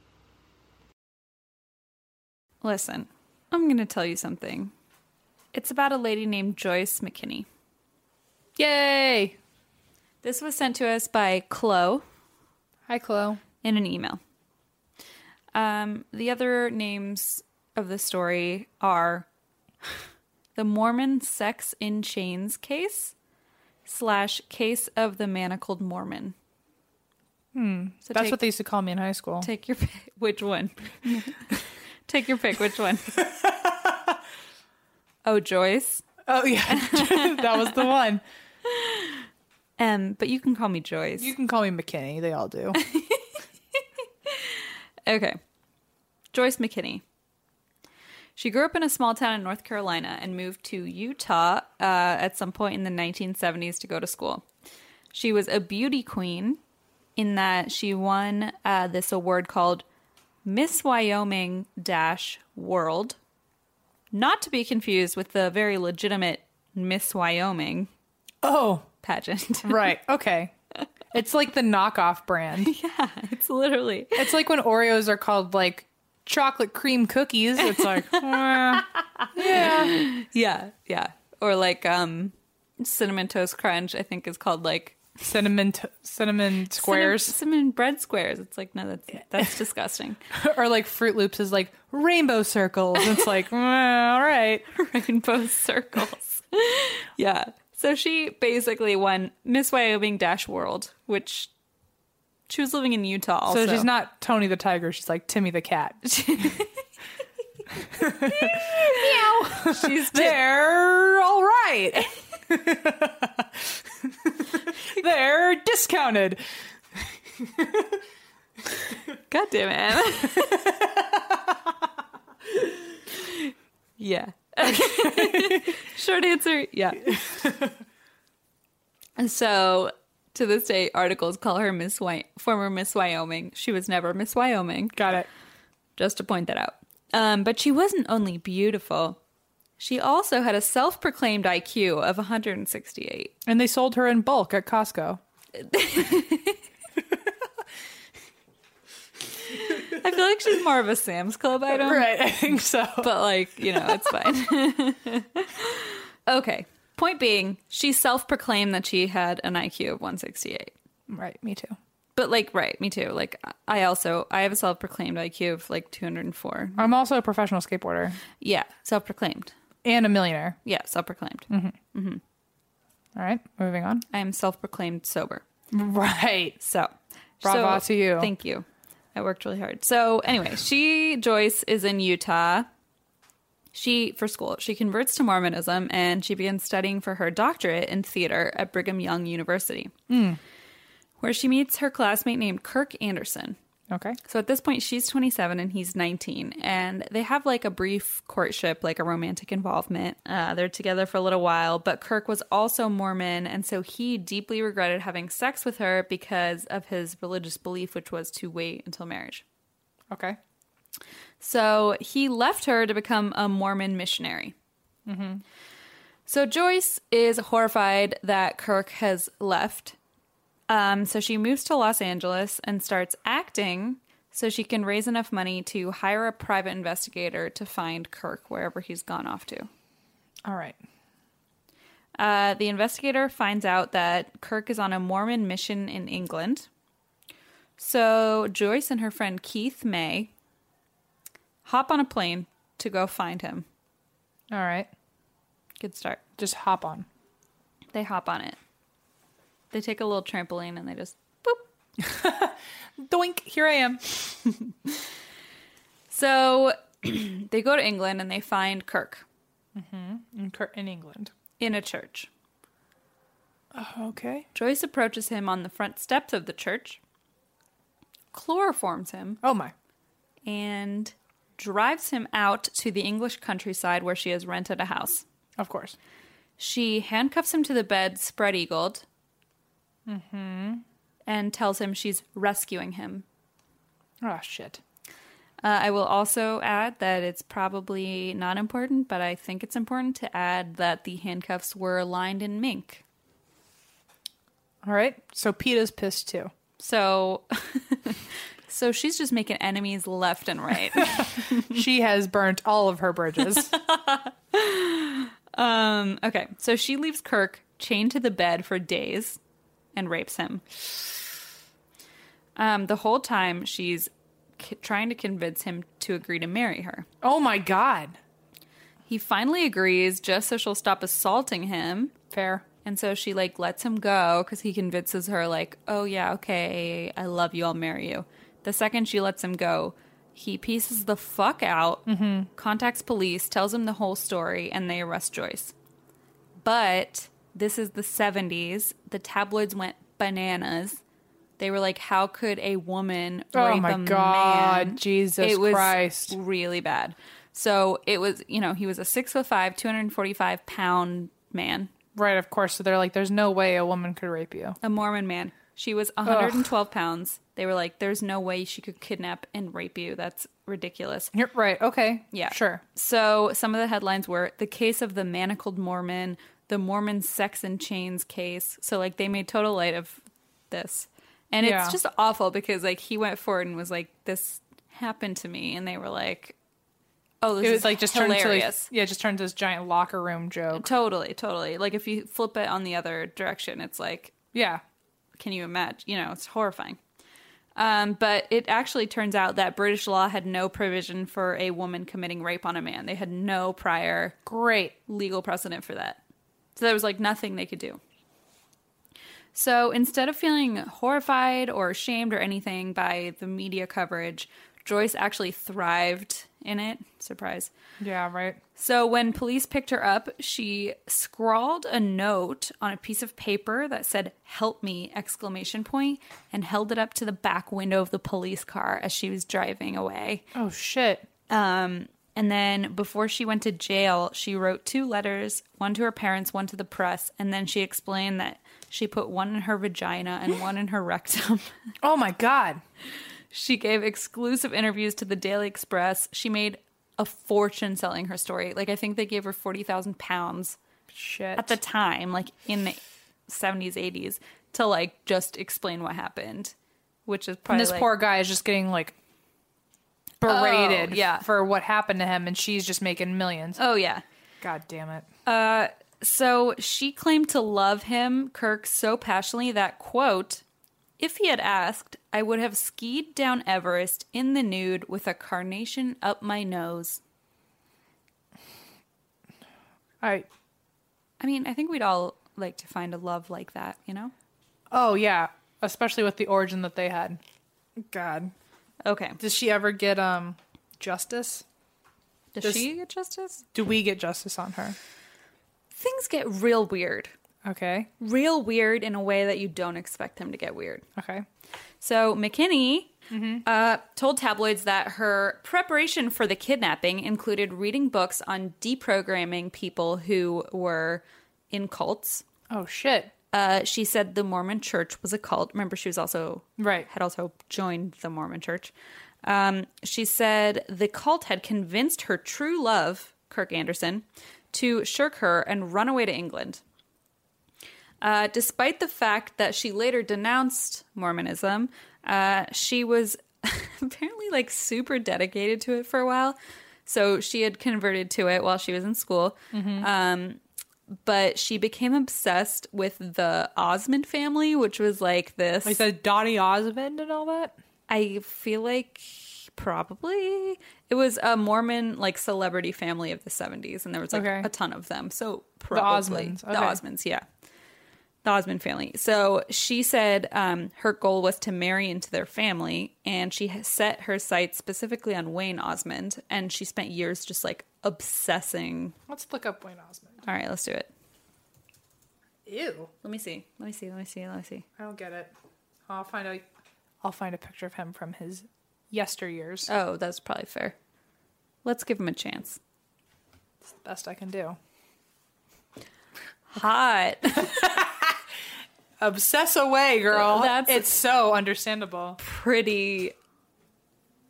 S3: Listen, I'm going to tell you something. It's about a lady named Joyce McKinney.
S4: Yay!
S3: This was sent to us by Chloe
S4: Hi, Chloe.
S3: in an email. Um, the other names of the story are the Mormon Sex in Chains case slash case of the manacled Mormon. Hmm. So
S4: That's
S3: take,
S4: what they used to call me in high school.
S3: take your pick. Which one? take your pick. Which one? oh, Joyce.
S4: oh yeah, that was the one.
S3: Um, but you can call me Joyce.
S4: You can call me McKinney. They all do.
S3: Okay. Joyce McKinney. She grew up in a small town in North Carolina and moved to Utah uh, at some point in the 1970s to go to school. She was a beauty queen in that she won uh, this award called Miss Wyoming Dash World, not to be confused with the very legitimate Miss Wyoming
S4: Oh,
S3: pageant.
S4: right. Okay. It's like the knockoff brand.
S3: yeah, it's literally
S4: It's like when Oreos are called like chocolate cream cookies. It's like, eh.
S3: yeah, yeah, or like um, cinnamon toast crunch. I think is called like
S4: cinnamon t- cinnamon squares
S3: cinnamon, cinnamon bread squares it's like no that's that's disgusting
S4: or like fruit loops is like rainbow circles it's like mm, all right
S3: rainbow circles yeah so she basically won miss wyoming dash world which she was living in utah also.
S4: so she's not tony the tiger she's like timmy the cat
S3: she's
S4: they're all right they're discounted
S3: god damn it yeah short answer yeah and so to this day articles call her miss Wy- former miss wyoming she was never miss wyoming
S4: got it
S3: just to point that out. Um, but she wasn't only beautiful, she also had a self proclaimed IQ of 168.
S4: and they sold her in bulk at costco
S3: I feel like she's more of a Sam's Club item,
S4: right i think so
S3: but like, you know, it's fine. okay. Point being, she self proclaimed that she had an IQ of 168.
S4: right me too
S3: But like, right, me too. Like, I also I have a self-proclaimed IQ of like 204.
S4: I'm also a professional skateboarder
S3: Yeah, self-proclaimed.
S4: and a millionaire.
S3: Yeah, self-proclaimed.
S4: All right, moving on.
S3: I am self-proclaimed sober.
S4: Right.
S3: So,
S4: Bravo
S3: so-
S4: to you.
S3: Thank you. I worked really hard. So, anyway, she Joyce is in Utah. She for school. She converts to Mormonism and she begins studying for her doctorate in theater at Brigham Young University,
S4: Hmm.
S3: where she meets her classmate named Kirk Anderson.
S4: Okay.
S3: So at this point, she's 27 and he's 19, and they have like a brief courtship, like a romantic involvement. Uh, they're together for a little while, but Kirk was also Mormon, and so he deeply regretted having sex with her because of his religious belief, which was to wait until marriage.
S4: Okay.
S3: So he left her to become a Mormon missionary. So Joyce is horrified that Kirk has left. Um, so she moves to Los Angeles and starts acting so she can raise enough money to hire a private investigator to find Kirk wherever he's gone off to.
S4: All right.
S3: Uh, the investigator finds out that Kirk is on a Mormon mission in England. So Joyce and her friend Keith May hop on a plane to go find him.
S4: All right.
S3: Good start.
S4: Just hop on.
S3: They hop on it. They take a little trampoline and they just boop.
S4: Doink. Here I am.
S3: So they go to England and they find Kirk
S4: In, Cur- in England.
S3: in a church.
S4: Okay.
S3: Joyce approaches him on the front steps of the church, chloroforms him,
S4: Oh my.
S3: and drives him out to the English countryside where she has rented a house.
S4: Of course.
S3: She handcuffs him to the bed, spread eagled, and tells him she's rescuing him.
S4: Oh shit.
S3: Uh, I will also add that it's probably not important, but I think it's important to add that the handcuffs were lined in mink.
S4: All right. So PETA's pissed too.
S3: So, so she's just making enemies left and right.
S4: she has burnt all of her bridges.
S3: um, okay, so she leaves Kirk chained to the bed for days and rapes him. Um, the whole time she's c- trying to convince him to agree to marry her.
S4: oh my god.
S3: He finally agrees, just so she'll stop assaulting him.
S4: Fair.
S3: And so she like lets him go because he convinces her like, "Oh yeah, okay, I love you, I'll marry you." The second she lets him go, he pieces the fuck out, contacts police, tells him the whole story, and they arrest Joyce. But this is the '70s. The tabloids went bananas. They were like, "How could a woman
S4: Oh
S3: rape
S4: my
S3: a
S4: God,
S3: man?"
S4: Jesus
S3: it was
S4: Christ.
S3: really bad. So it was, you know, he was a six foot five, two hundred forty five pound man
S4: Right, of course. So they're like, there's no way a woman could rape you.
S3: a Mormon man. She was 112 pounds. They were like, there's no way she could kidnap and rape you. That's ridiculous.
S4: You're right. Okay.
S3: Yeah.
S4: Sure.
S3: So some of the headlines were the case of the manacled Mormon, the Mormon sex and chains case. So, like, they made total light of this. And
S4: Yeah.
S3: it's just awful because, like, he went forward and was like, this happened to me. And they were like, oh, this
S4: It
S3: is
S4: was like just turned to like,
S3: hilarious.
S4: yeah, just turned to this giant locker room joke.
S3: Totally, totally. Like, if you flip it on the other direction, it's like,
S4: Yeah.
S3: can you imagine? You know, it's horrifying. Um, but it actually turns out that British law had no provision for a woman committing rape on a man. They had no prior
S4: Great.
S3: legal precedent for that. So there was like nothing they could do. So instead of feeling horrified or ashamed or anything by the media coverage, Joyce actually thrived in it. Surprise.
S4: Yeah, right.
S3: So when police picked her up, she scrawled a note on a piece of paper that said "Help me!" exclamation point and held it up to the back window of the police car as she was driving away.
S4: Oh shit.
S3: Um, and then before she went to jail, she wrote two letters, one to her parents, one to the press, and then she explained that she put one in her vagina and one in her rectum.
S4: Oh my god.
S3: She gave exclusive interviews to the Daily Express. She made a fortune selling her story. Like I think they gave her 40,000 pounds
S4: Shit.
S3: at the time, like in the 70s, 80s, to like just explain what happened, which is probably
S4: and this
S3: like-
S4: poor guy is just getting like berated
S3: Oh, yeah.
S4: for what happened to him and she's just making millions.
S3: Oh yeah.
S4: God damn it.
S3: Uh, so she claimed to love him, Kirk, so passionately that quote, If he had asked, I would have skied down Everest in the nude with a carnation up my nose.
S4: I
S3: I mean, I think we'd all like to find a love like that, you know?
S4: oh yeah, especially with the origin that they had. God,
S3: Okay.
S4: does she ever get um justice?
S3: Does
S4: Does-
S3: she get justice?
S4: Do we get justice on her?
S3: Things get real weird.
S4: Okay,
S3: Real weird in a way that you don't expect them to get weird.
S4: okay.
S3: So McKinney uh, told tabloids that her preparation for the kidnapping included reading books on deprogramming people who were in cults.
S4: Oh shit!
S3: Uh, she said the Mormon Church was a cult. Remember, she was also
S4: Right.
S3: had also joined the Mormon Church. Um, she said the cult had convinced her true love, Kirk Anderson, to shirk her and run away to England. Uh, despite the fact that she later denounced Mormonism, uh, she was apparently like super dedicated to it for a while. So she had converted to it while she was in school. Um, but she became obsessed with the Osmond family, which was like this.
S4: Like the Donny Osmond and all that.
S3: I feel like probably it was a Mormon like celebrity family of the 70s, and there was like
S4: Okay.
S3: a ton of them. So probably
S4: Osmonds,
S3: the
S4: okay.
S3: Osmonds, yeah, the Osmond family. So she said um, her goal was to marry into their family, and she ha- set her sights specifically on Wayne Osmond, and she spent years just like obsessing.
S4: Let's look up Wayne Osmond.
S3: All right, let's do it.
S4: Ew,
S3: Let me see. Let me see. Let me see. Let me see.
S4: I don't get it. I'll find a, I'll find a picture of him from his yesteryears.
S3: Oh, that's probably fair. Let's give him a chance.
S4: It's the best I can do.
S3: Hot.
S4: Obsess away, girl.
S3: That's-
S4: it's so understandable.
S3: pretty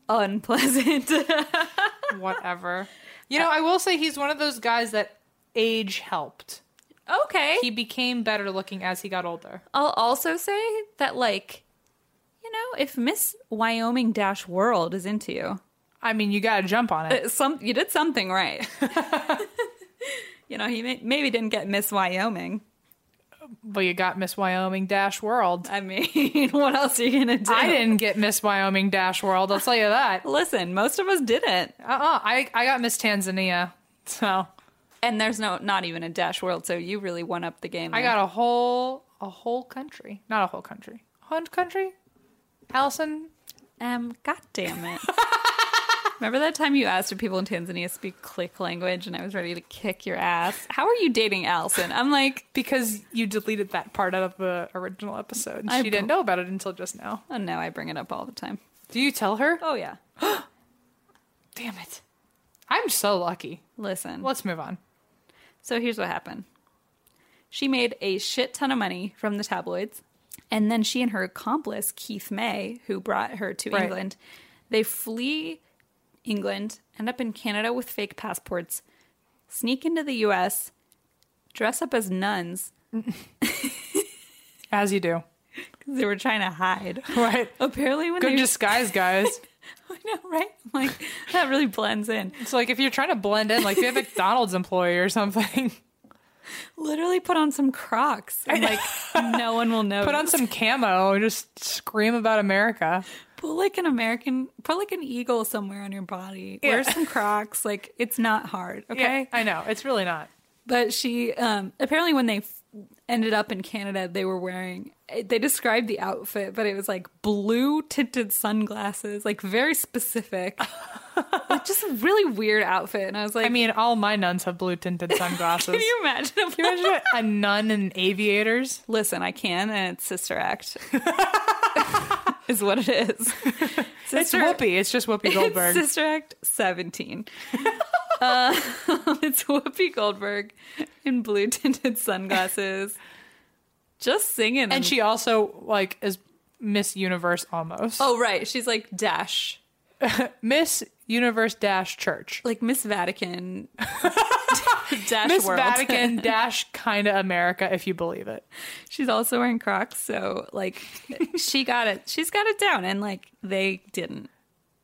S3: unpleasant.
S4: Whatever. You know, I will say he's one of those guys that age helped.
S3: okay.
S4: He became better looking as he got older.
S3: I'll also say that, like, you know, if Miss Wyoming Dash World is into you,
S4: I mean, you gotta jump on it.
S3: uh, some you did something right. you know, he may, maybe didn't get Miss Wyoming.
S4: But you got Miss Wyoming Dash World.
S3: I mean, what else are you gonna do?
S4: I didn't get Miss Wyoming Dash World, I'll tell you that. Uh
S3: Listen, most of us didn't,
S4: uh I, I got Miss Tanzania. So
S3: and there's no not even a Dash World, so you really won up the game.
S4: I
S3: there.
S4: got a whole a whole country. Not a whole country. Hunt country? Allison?
S3: Um, god damn it. Remember that time you asked if people in Tanzania speak click language and I was ready to kick your ass? How are you dating Allison? I'm like,
S4: Because you deleted that part out of the original episode.
S3: I
S4: she didn't know about it until just now.
S3: oh no, I bring it up all the time.
S4: Do you tell her?
S3: Oh yeah.
S4: Damn it. I'm so lucky.
S3: Listen.
S4: Let's move on.
S3: So here's what happened. She made a shit ton of money from the tabloids, and then she and her accomplice Keith May, who brought her to
S4: Right.
S3: England, they flee England, end up in Canada with fake passports, sneak into the U.S., dress up as nuns
S4: As you do.
S3: because they were trying to hide.
S4: Right.
S3: Apparently, when
S4: Good
S3: they
S4: disguise, guys.
S3: I know, right? I'm like that really blends in.
S4: It's like if you're trying to blend in, like be a McDonald's employee or something.
S3: Literally, put on some Crocs and like no one will know.
S4: Put on some camo and just scream about America.
S3: Put like an American, put like an eagle somewhere on your body. Wear some Crocs. Like it's not hard, okay?
S4: Yeah, I know. It's really not.
S3: But she um, apparently, when they f- ended up in Canada, they were wearing. it- They described the outfit, but it was like blue tinted sunglasses, like very specific. Like, just a really weird outfit, and I was like,
S4: I mean, all my nuns have blue tinted sunglasses.
S3: can you imagine? if-
S4: Can you imagine a nun in aviators?
S3: Listen, I can, and it's Sister Act. is what it is.
S4: It's Whoopi. It's just Whoopi Goldberg.
S3: It's Sister Act 17. uh, it's Whoopi Goldberg in blue tinted sunglasses, just singing.
S4: and she also like is Miss Universe almost.
S3: oh, right. She's like Dash,
S4: Miss Universe Dash Church.
S3: like Miss Vatican, Dash
S4: Miss
S3: World.
S4: Vatican Dash Kinda America, if you believe it.
S3: She's also wearing Crocs. So, like, she got it. She's got it down. And, like, they didn't.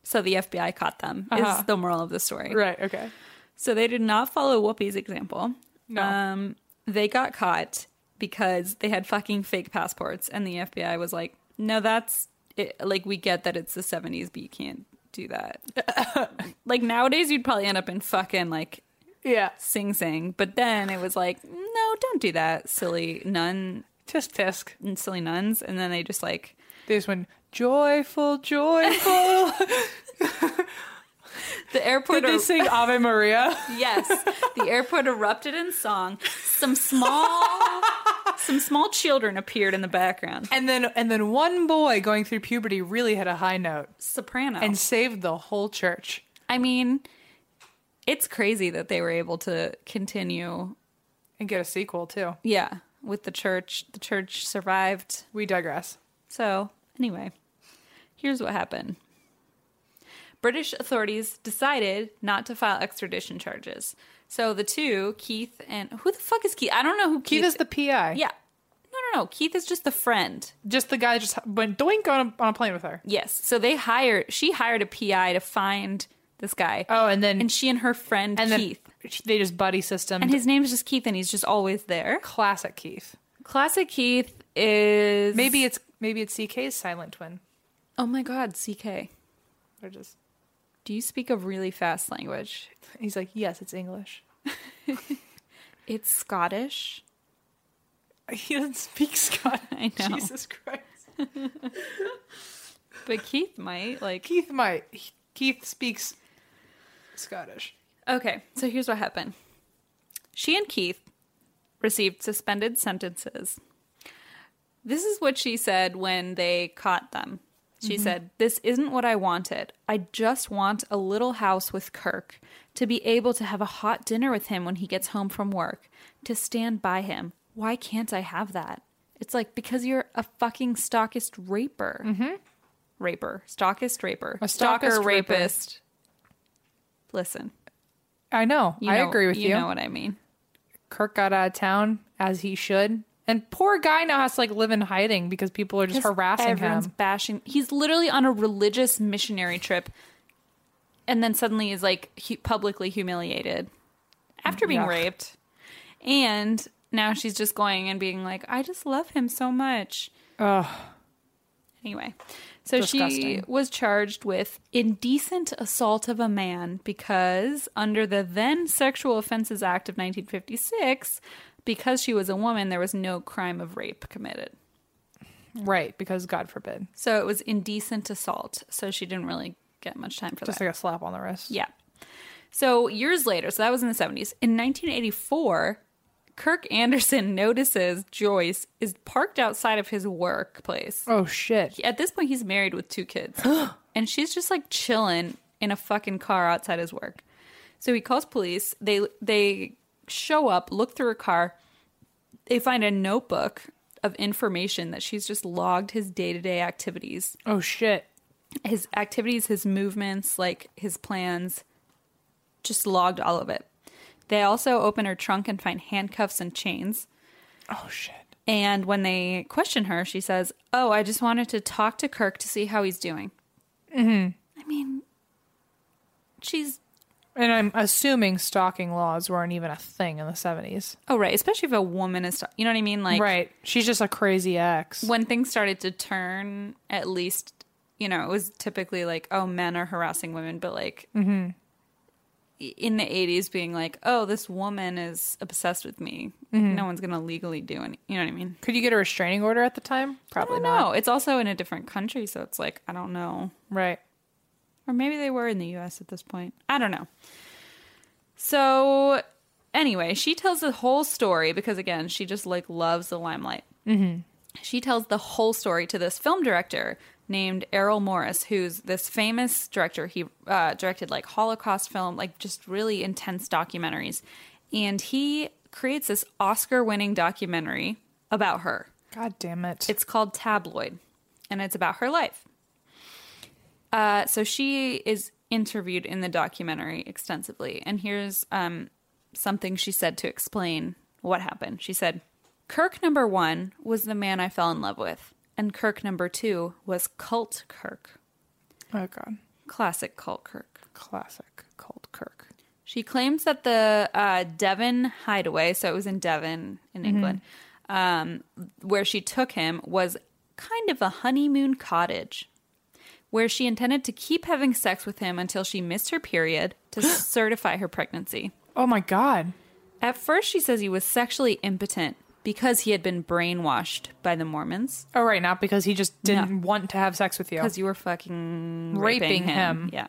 S3: So the FBI caught them,
S4: Uh-huh.
S3: is the moral of the story.
S4: Right. Okay.
S3: So they did not follow Whoopi's example.
S4: No.
S3: Um, they got caught because they had fucking fake passports, and the FBI was like, No, that's it, like we get that it's the 70s, but you can't do that. like nowadays, you'd probably end up in fucking like
S4: Yeah.
S3: Sing Sing, but then it was like, no, don't do that, silly nun,
S4: Tisk tisk.
S3: silly nuns, and then they just like
S4: There's one joyful, joyful.
S3: the airport.
S4: Did they
S3: er-
S4: sing Ave Maria?
S3: yes, the airport erupted in song. Some small, some small children appeared in the background.
S4: And then and then one boy going through puberty really hit a high note
S3: Oh. Soprano.
S4: and saved the whole church.
S3: I mean, it's crazy that they were able to continue.
S4: And get a sequel too.
S3: Yeah, with the church, the church survived.
S4: We digress.
S3: So, anyway, here's what happened. British authorities decided not to file extradition charges. So the two, Keith and who the fuck is Keith? I don't know who Keith,
S4: Keith is the PI.
S3: Yeah. No, no, no. Keith is just the friend.
S4: Just the guy that just went doink on a, on a plane with her.
S3: Yes. So they hired she hired a PI to find this guy.
S4: Oh, and then
S3: and she and her friend
S4: and
S3: Keith.
S4: then they just buddy system.
S3: and his name is just Keith and he's just always there.
S4: classic Keith.
S3: Classic Keith is
S4: Maybe it's maybe it's CK's silent twin.
S3: Oh my god, CK.
S4: Or just
S3: Do you speak a really fast language?
S4: he's like, yes, it's English.
S3: It's Scottish.
S4: He doesn't speak Scottish.
S3: I know.
S4: Jesus Christ.
S3: But Keith might like.
S4: Keith might. he- Keith speaks Scottish.
S3: Okay, so here's what happened. She and Keith received suspended sentences. This is what she said when they caught them. She said, This isn't what I wanted. I just want a little house with Kirk, to be able to have a hot dinner with him when he gets home from work, to stand by him. Why can't I have that? It's like, because you're a fucking stockist raper. Mm-hmm. Raper. Stockist raper.
S4: A
S3: Stalker
S4: stockist raper.
S3: rapist. Listen.
S4: I know.
S3: You
S4: I
S3: know-
S4: agree with you.
S3: You know what I mean.
S4: Kirk got out of town as he should, and poor guy now has to like live in hiding because people are just harassing
S3: Everyone's
S4: him.
S3: bashing. He's literally on a religious missionary trip, and then suddenly is like hu- publicly humiliated after being
S4: Yuck.
S3: raped, and now she's just going and being like, "I just love him so much."
S4: Ugh.
S3: Anyway, so she
S4: Disgusting.
S3: was charged with indecent assault of a man because, under the then Sexual Offenses Act of 1956, because she was a woman, there was no crime of rape committed.
S4: Right, because God forbid,
S3: So it was indecent assault. So she didn't really get much time for
S4: just
S3: that.
S4: like a slap on the wrist.
S3: yeah. So years later, so that was in the 70s. In 1984, Kirk Anderson notices Joyce is parked outside of his workplace
S4: Oh shit!
S3: at this point he's married with two kids and she's just like chilling in a fucking car outside his work so he calls police they they show up look through her car they find a notebook of information that she's just logged his day-to-day activities
S4: Oh shit!
S3: his activities, his movements, like his plans, just logged all of it. They also open her trunk and find handcuffs and chains.
S4: Oh shit!
S3: And when they question her, she says, Oh, I just wanted to talk to Kirk to see how he's doing. Mm-hmm. I mean, she's,
S4: And I'm assuming stalking laws weren't even a thing in the seventies,
S3: oh, right. Especially if a woman is, you know what I mean? Like,
S4: right? She's just a crazy ex.
S3: when things started to turn, at least, you know, it was typically like, oh, men are harassing women, but like
S4: Mm-hmm.
S3: i- in the 80s, being like, oh, this woman is obsessed with me.
S4: Mm-hmm.
S3: No one's going to legally do any, you know what I mean?
S4: Could you get a restraining order at the time?
S3: I
S4: Probably
S3: don't
S4: not.
S3: know. It's also in a different country, so it's like, I don't know.
S4: Right.
S3: Or maybe they were in the US at this point. I don't know. So, anyway, she tells the whole story because, again, she just like loves the limelight. Mm-hmm. She tells the whole story to this film director named Errol Morris, who's this famous director. He uh, directed like Holocaust film, like just really intense documentaries. And he creates this Oscar winning documentary about her.
S4: God damn it!
S3: It's called Tabloid, and it's about her life. Uh, so she is interviewed in the documentary extensively, and here's um, something she said to explain what happened. She said, "Kirk number one was the man I fell in love with, and Kirk number two was cult Kirk,
S4: oh god!
S3: classic cult Kirk."
S4: Classic cult Kirk.
S3: She claims that the uh, Devon hideaway, so it was in Devon in England, um, where she took him, was kind of a honeymoon cottage where she intended to keep having sex with him until she missed her period to certify her pregnancy.
S4: Oh my god.
S3: At first, she says he was sexually impotent because he had been brainwashed by the Mormons.
S4: Oh right, not because he just didn't
S3: No.
S4: want to have sex with you.
S3: Because you were fucking
S4: Raping
S3: raping, him.
S4: him.
S3: Yeah.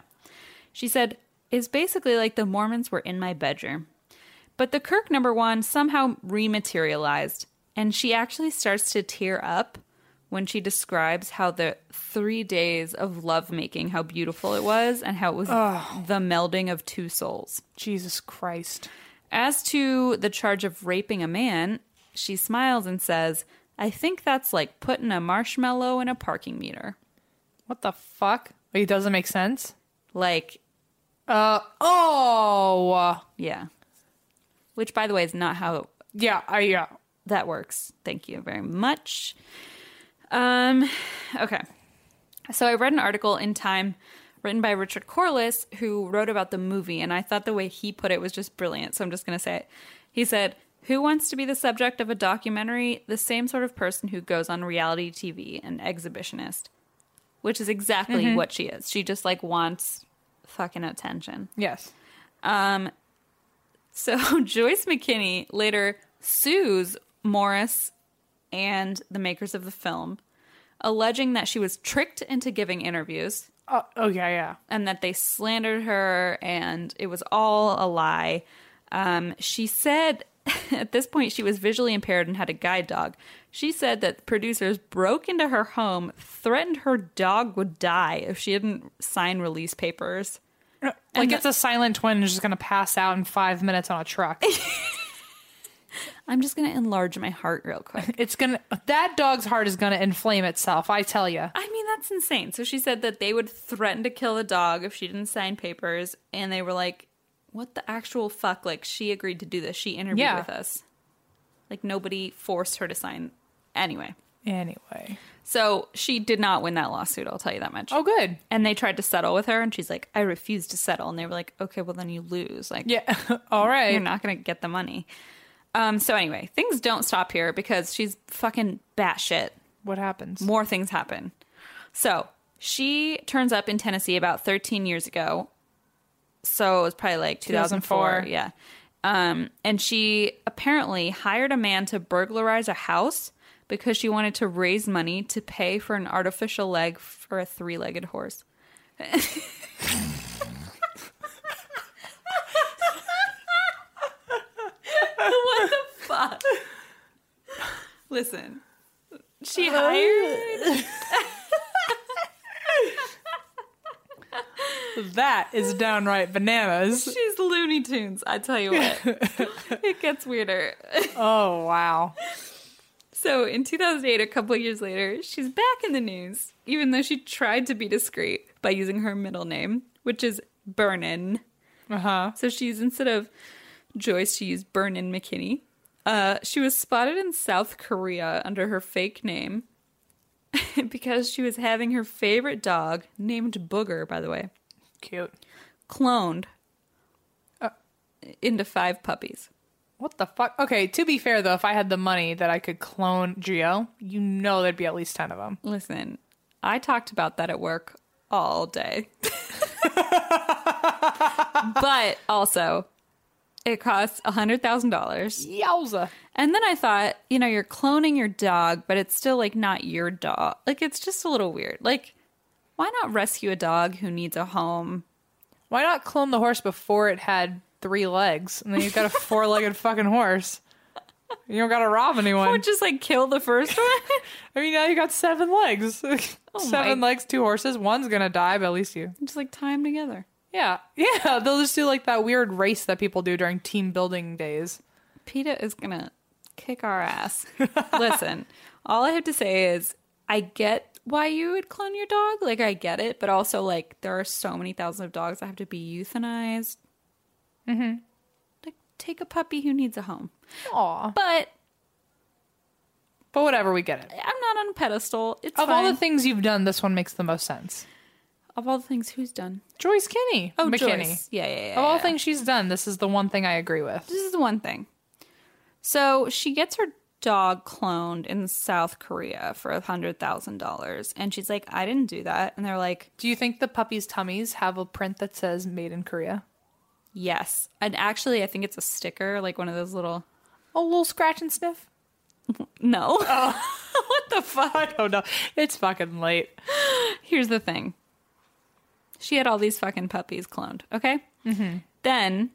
S3: She said, it's basically like the Mormons were in my bedroom. But the Kirk number one somehow rematerialized, and she actually starts to tear up when she describes how the three days of lovemaking, how beautiful it was, and how it was the melding of two souls.
S4: Jesus Christ.
S3: As to the charge of raping a man, she smiles and says, I think that's like putting a marshmallow in a parking meter.
S4: What the fuck? Wait, it doesn't make sense.
S3: Like,
S4: Uh oh.
S3: Yeah. Which, by the way, is not how
S4: Yeah, I yeah.
S3: that works. Thank you very much. Um, okay. So I read an article in Time written by Richard Corliss, who wrote about the movie, and I thought the way he put it was just brilliant. So I'm just going to say it. He said, Who wants to be the subject of a documentary? The same sort of person who goes on reality TV, an exhibitionist, which is exactly what she is. She just like wants fucking attention.
S4: Yes.
S3: So Joyce McKinney later sues Morris and the makers of the film, alleging that she was tricked into giving interviews
S4: Oh, oh yeah, yeah.
S3: and that they slandered her and it was all a lie. Um, she said at this point she was visually impaired and had a guide dog. She said that producers broke into her home, threatened her dog would die if she didn't sign release papers.
S4: Like it's a silent twin who's just gonna pass out in five minutes on a truck.
S3: I'm just going to enlarge my heart real quick.
S4: it's gonna that dog's heart is gonna inflame itself. I tell you.
S3: I mean, that's insane. So she said that they would threaten to kill the dog if she didn't sign papers, and they were like, "What the actual fuck?" Like she agreed to do this. She interviewed
S4: Yeah.
S3: with us. Like nobody forced her to sign. Anyway,
S4: Anyway.
S3: so she did not win that lawsuit. I'll tell you that much.
S4: Oh, good.
S3: And they tried to settle with her, and she's like, "I refuse to settle." And they were like, "Okay, well then you lose." Like,
S4: Yeah. All right.
S3: you're not going to get the money. Um. So anyway, things don't stop here because she's fucking batshit
S4: What happens?
S3: more things happen. So she turns up in Tennessee about 13 years ago. So it was probably like 2004.
S4: 2004.
S3: Yeah. Um, and she apparently hired a man to burglarize a house because she wanted to raise money to pay for an artificial leg for a three legged horse. what the fuck? Listen, she hired
S4: That is downright bananas.
S3: She's Looney Tunes, I tell you what. it gets weirder.
S4: Oh wow.
S3: So in 2008, a couple of years later, she's back in the news, even though she tried to be discreet by using her middle name, which is Burnin.
S4: Uh huh.
S3: So she's instead of Joyce, she used Burnin McKinney. Uh, she was spotted in South Korea under her fake name because she was having her favorite dog, named Booger, by the way,
S4: Cute.
S3: cloned into five puppies.
S4: What the fuck? Okay, to be fair though, if I had the money that I could clone Geo, you know there'd be at least 10 of them.
S3: Listen, I talked about that at work all day. but also, it costs $100,000.
S4: Yowza.
S3: And then I thought, you know, you're cloning your dog, but it's still like not your dog. Like, it's just a little weird. Like, why not rescue a dog who needs a home?
S4: Why not clone the horse before it had three legs? And then you've got a four legged fucking horse. You don't gotta rob
S3: Or
S4: anyone.
S3: just like kill the first one?
S4: I mean, now you got seven legs. seven
S3: my-
S4: legs, two horses. One's gonna die, but at least you.
S3: just like tie them together.
S4: Yeah. Yeah. They'll just do like that weird race that people do during team building days.
S3: PETA is going to kick our ass. Listen, all I have to say is I get why you would clone your dog. Like, I get it. But also, like, there are so many thousands of dogs that have to be euthanized. Mm-hmm. Like, take a puppy who needs a home.
S4: Aw.
S3: But
S4: But whatever, we get it.
S3: I'm not on a pedestal. It's
S4: Of
S3: fine.
S4: all the things you've done, this one makes the most sense.
S3: of all the things who's done.
S4: Joyce Kinney.
S3: Oh,
S4: McKinney.
S3: Joyce. Yeah, yeah, yeah.
S4: Of all
S3: yeah.
S4: things she's done, this is the one thing I agree with.
S3: This is the one thing. So she gets her dog cloned in South Korea for a hundred thousand dollars, and she's like, I didn't do that, and they're like,
S4: Do you think the puppies' tummies have a print that says "Made in Korea"?
S3: Yes, and actually, I think it's a sticker, like one of those little.
S4: A little scratch and sniff.
S3: No,
S4: what the fuck? I don't know. It's fucking late.
S3: here's the thing. She had all these fucking puppies cloned. Okay. Then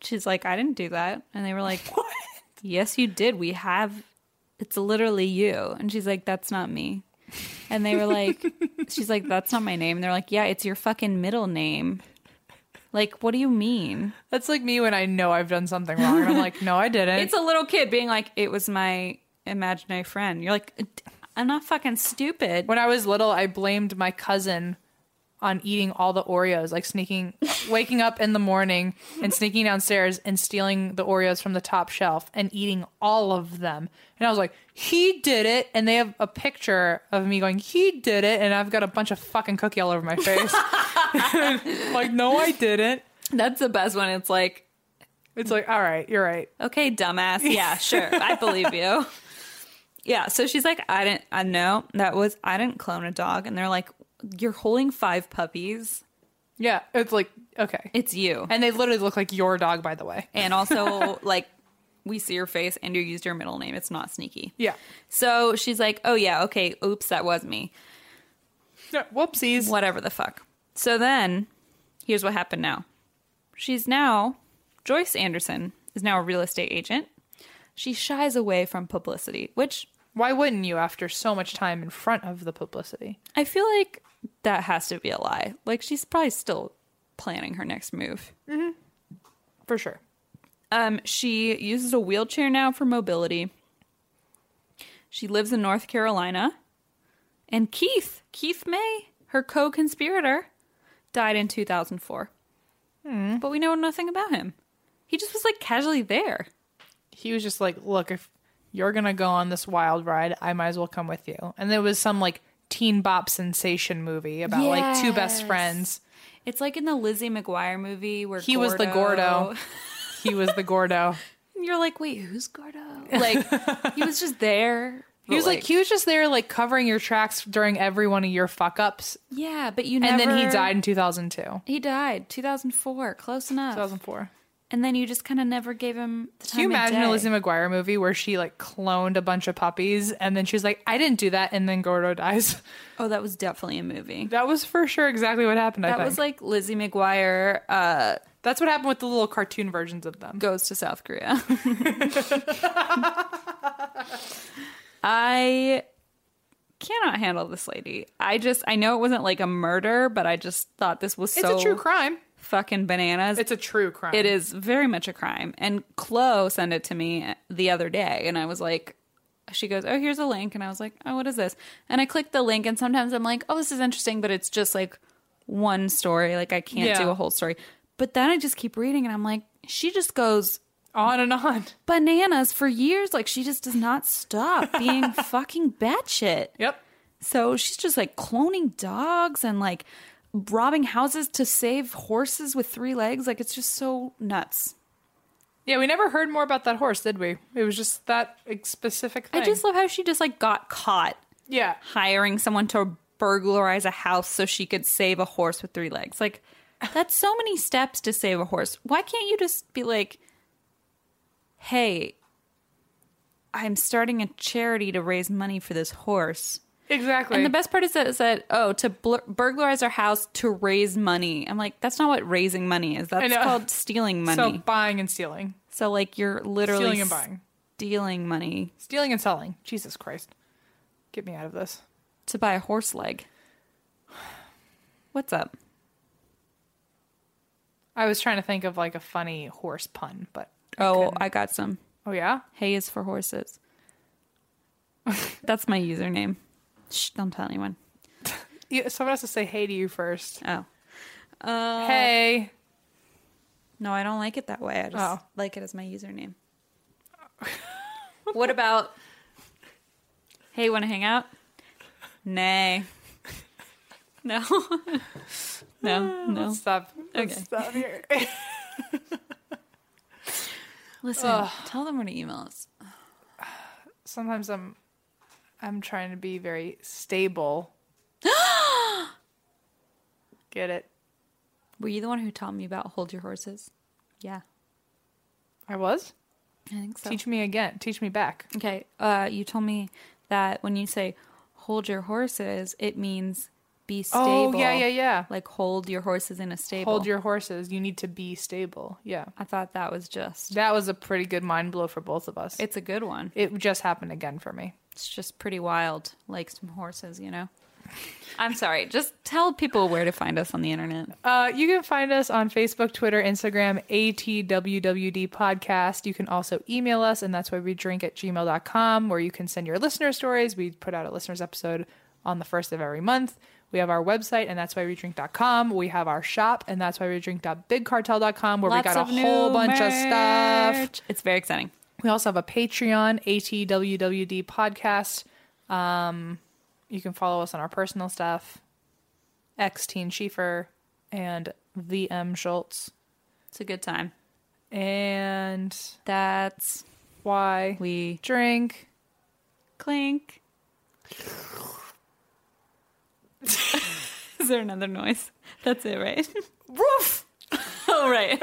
S3: she's like, I didn't do that, and they were like, What? Yes, you did. We have. It's literally you, and she's like, That's not me. And they were like, She's like, That's not my name. And they're like, Yeah, it's your fucking middle name. Like, what do you mean?
S4: That's like me when I know I've done something wrong. And I'm like, no, I didn't.
S3: It's a little kid being like, it was my imaginary friend. You're like, I'm not fucking stupid.
S4: when I was little, I blamed my cousin on eating all the Oreos, like sneaking, waking up in the morning and sneaking downstairs and stealing the Oreos from the top shelf and eating all of them. And I was like, he did it. And they have a picture of me going, he did it. And I've got a bunch of fucking cookie all over my face. like, no, I didn't.
S3: That's the best one. It's like,
S4: It's like, all right, you're right.
S3: okay, dumbass. Yeah, sure. I believe you. Yeah. So she's like, I didn't, I know that was, I didn't clone a dog. And they're like, you're holding five puppies.
S4: Yeah. It's like, okay.
S3: It's you.
S4: And they literally look like your dog, by the way.
S3: And also, like, we see your face and you used your middle name. It's not sneaky.
S4: Yeah.
S3: So she's like, oh, yeah, okay, oops, that was me.
S4: Yeah, Whoopsies.
S3: whatever the fuck. So then, here's what happened now. She's now, Joyce Anderson is now a real estate agent. She shies away from publicity, which
S4: Why wouldn't you after so much time in front of the publicity?
S3: I feel like that has to be a lie. Like, she's probably still planning her next move.
S4: For sure.
S3: Um, she uses a wheelchair now for mobility. She lives in North Carolina. And Keith, Keith May, her co conspirator, died in 2004. But we know nothing about him. He just was like casually there.
S4: he was just like, "Look, if you're gonna go on this wild ride, I might as well come with you." And there was some like teen bop sensation movie about like two best
S3: Yes.
S4: friends.
S3: It's like in the Lizzie McGuire movie where
S4: He was the Gordo. He was the Gordo.
S3: You're like, wait, who's Gordo? Like, he was just there.
S4: He was like, he was just there like covering your tracks during every one of your fuck ups.
S3: yeah, but you
S4: And
S3: never.
S4: then he died in 2002,
S3: He died 2004, close enough.
S4: 2004.
S3: and then you just kind of never gave him the time
S4: Can you imagine
S3: of
S4: a
S3: day.
S4: Lizzie McGuire movie where she like cloned a bunch of puppies and then she's like, I didn't do that, and then Gordo dies?
S3: oh that was definitely a movie
S4: That was for sure exactly what happened. I
S3: that
S4: think
S3: was like lizzie mcguire uh,
S4: that's what happened with the little cartoon versions of them.
S3: goes to south korea i cannot handle this lady i just i know it wasn't like a murder but i just thought this was
S4: It's
S3: so
S4: a true crime.
S3: fucking bananas
S4: It's a true crime.
S3: It is very much a crime. And Chloe sent it to me the other day, and I was like, she goes, Oh, here's a link. And I was like, Oh, what is this? And I clicked the link, and sometimes I'm like, Oh, this is interesting, but it's just like one story. Like, I can't
S4: Yeah.
S3: do a whole story. But then I just keep reading, and I'm like, She just goes
S4: on and on.
S3: bananas for years. Like, she just does not stop being fucking batshit.
S4: Yep.
S3: So she's just like cloning dogs and like robbing houses to save horses with three legs. Like, it's just so nuts.
S4: Yeah, we never heard more about that horse, did we? It was just that like, specific thing.
S3: I just love how she just like got caught
S4: yeah.
S3: hiring someone to burglarize a house so she could save a horse with three legs. Like that's so many steps to save a horse. Why can't you just be like, "Hey, I'm starting a charity to raise money for this horse."
S4: Exactly.
S3: And the best part is that it said, "Oh, to bl- burglarize our house to raise money." I'm like, that's not what raising money is. That's
S4: know.
S3: called stealing money.
S4: so
S3: So,
S4: buying and stealing,
S3: like you're literally
S4: stealing and buying,
S3: stealing money
S4: stealing and selling. Jesus Christ, get me out of this.
S3: to buy a horse leg. What's up?
S4: I was trying to think of like a funny horse pun, but
S3: Oh, I got some.
S4: oh yeah,
S3: Hay is for horses. That's my username. Shh, don't tell anyone.
S4: yeah someone has to say hey to you first.
S3: Oh. Uh,
S4: hey,
S3: No, I don't like it that way. I just
S4: Oh.
S3: like it as my username. what about Hey, want to hang out? Nay. No. no, no.
S4: let's stop. Let's
S3: Okay.
S4: stop here.
S3: Listen, tell them where to email us.
S4: sometimes I'm I'm trying to be very stable. Get it?
S3: Were you the one who taught me about hold your horses? Yeah,
S4: I was.
S3: I think so.
S4: Teach me again. Teach me back.
S3: Okay, uh, you told me that when you say hold your horses, it means be stable.
S4: Oh yeah, yeah, yeah.
S3: Like hold your horses in a stable.
S4: Hold your horses. You need to be stable. Yeah.
S3: I thought that was just.
S4: That was a pretty good mind blow for both of us. It,
S3: It's a good one.
S4: just happened again for me.
S3: It's just pretty wild, like some horses, you know. I'm sorry. Just tell people where to find us on the internet.
S4: Uh, you can find us on Facebook, Twitter, Instagram, ATWWD Podcast. You can also email us, and that's why we drink at gmail.com, where you can send your listener stories. We put out a listener's episode on the first of every month. We have our website, and that's why we drink.com. We have our shop, and that's why we drink.bigcartel.com, where we got a whole bunch of stuff.
S3: merch. It's very exciting.
S4: We also have a Patreon, ATWWD podcast. Um, you can follow us on our personal stuff, X Teen Schieffer and VM Schultz.
S3: It's a good time.
S4: And
S3: That's
S4: why we
S3: we
S4: drink.
S3: clink. Is there another noise? That's it, right? Roof. All right.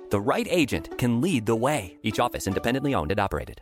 S5: The right agent can lead the way. Each office independently owned and operated.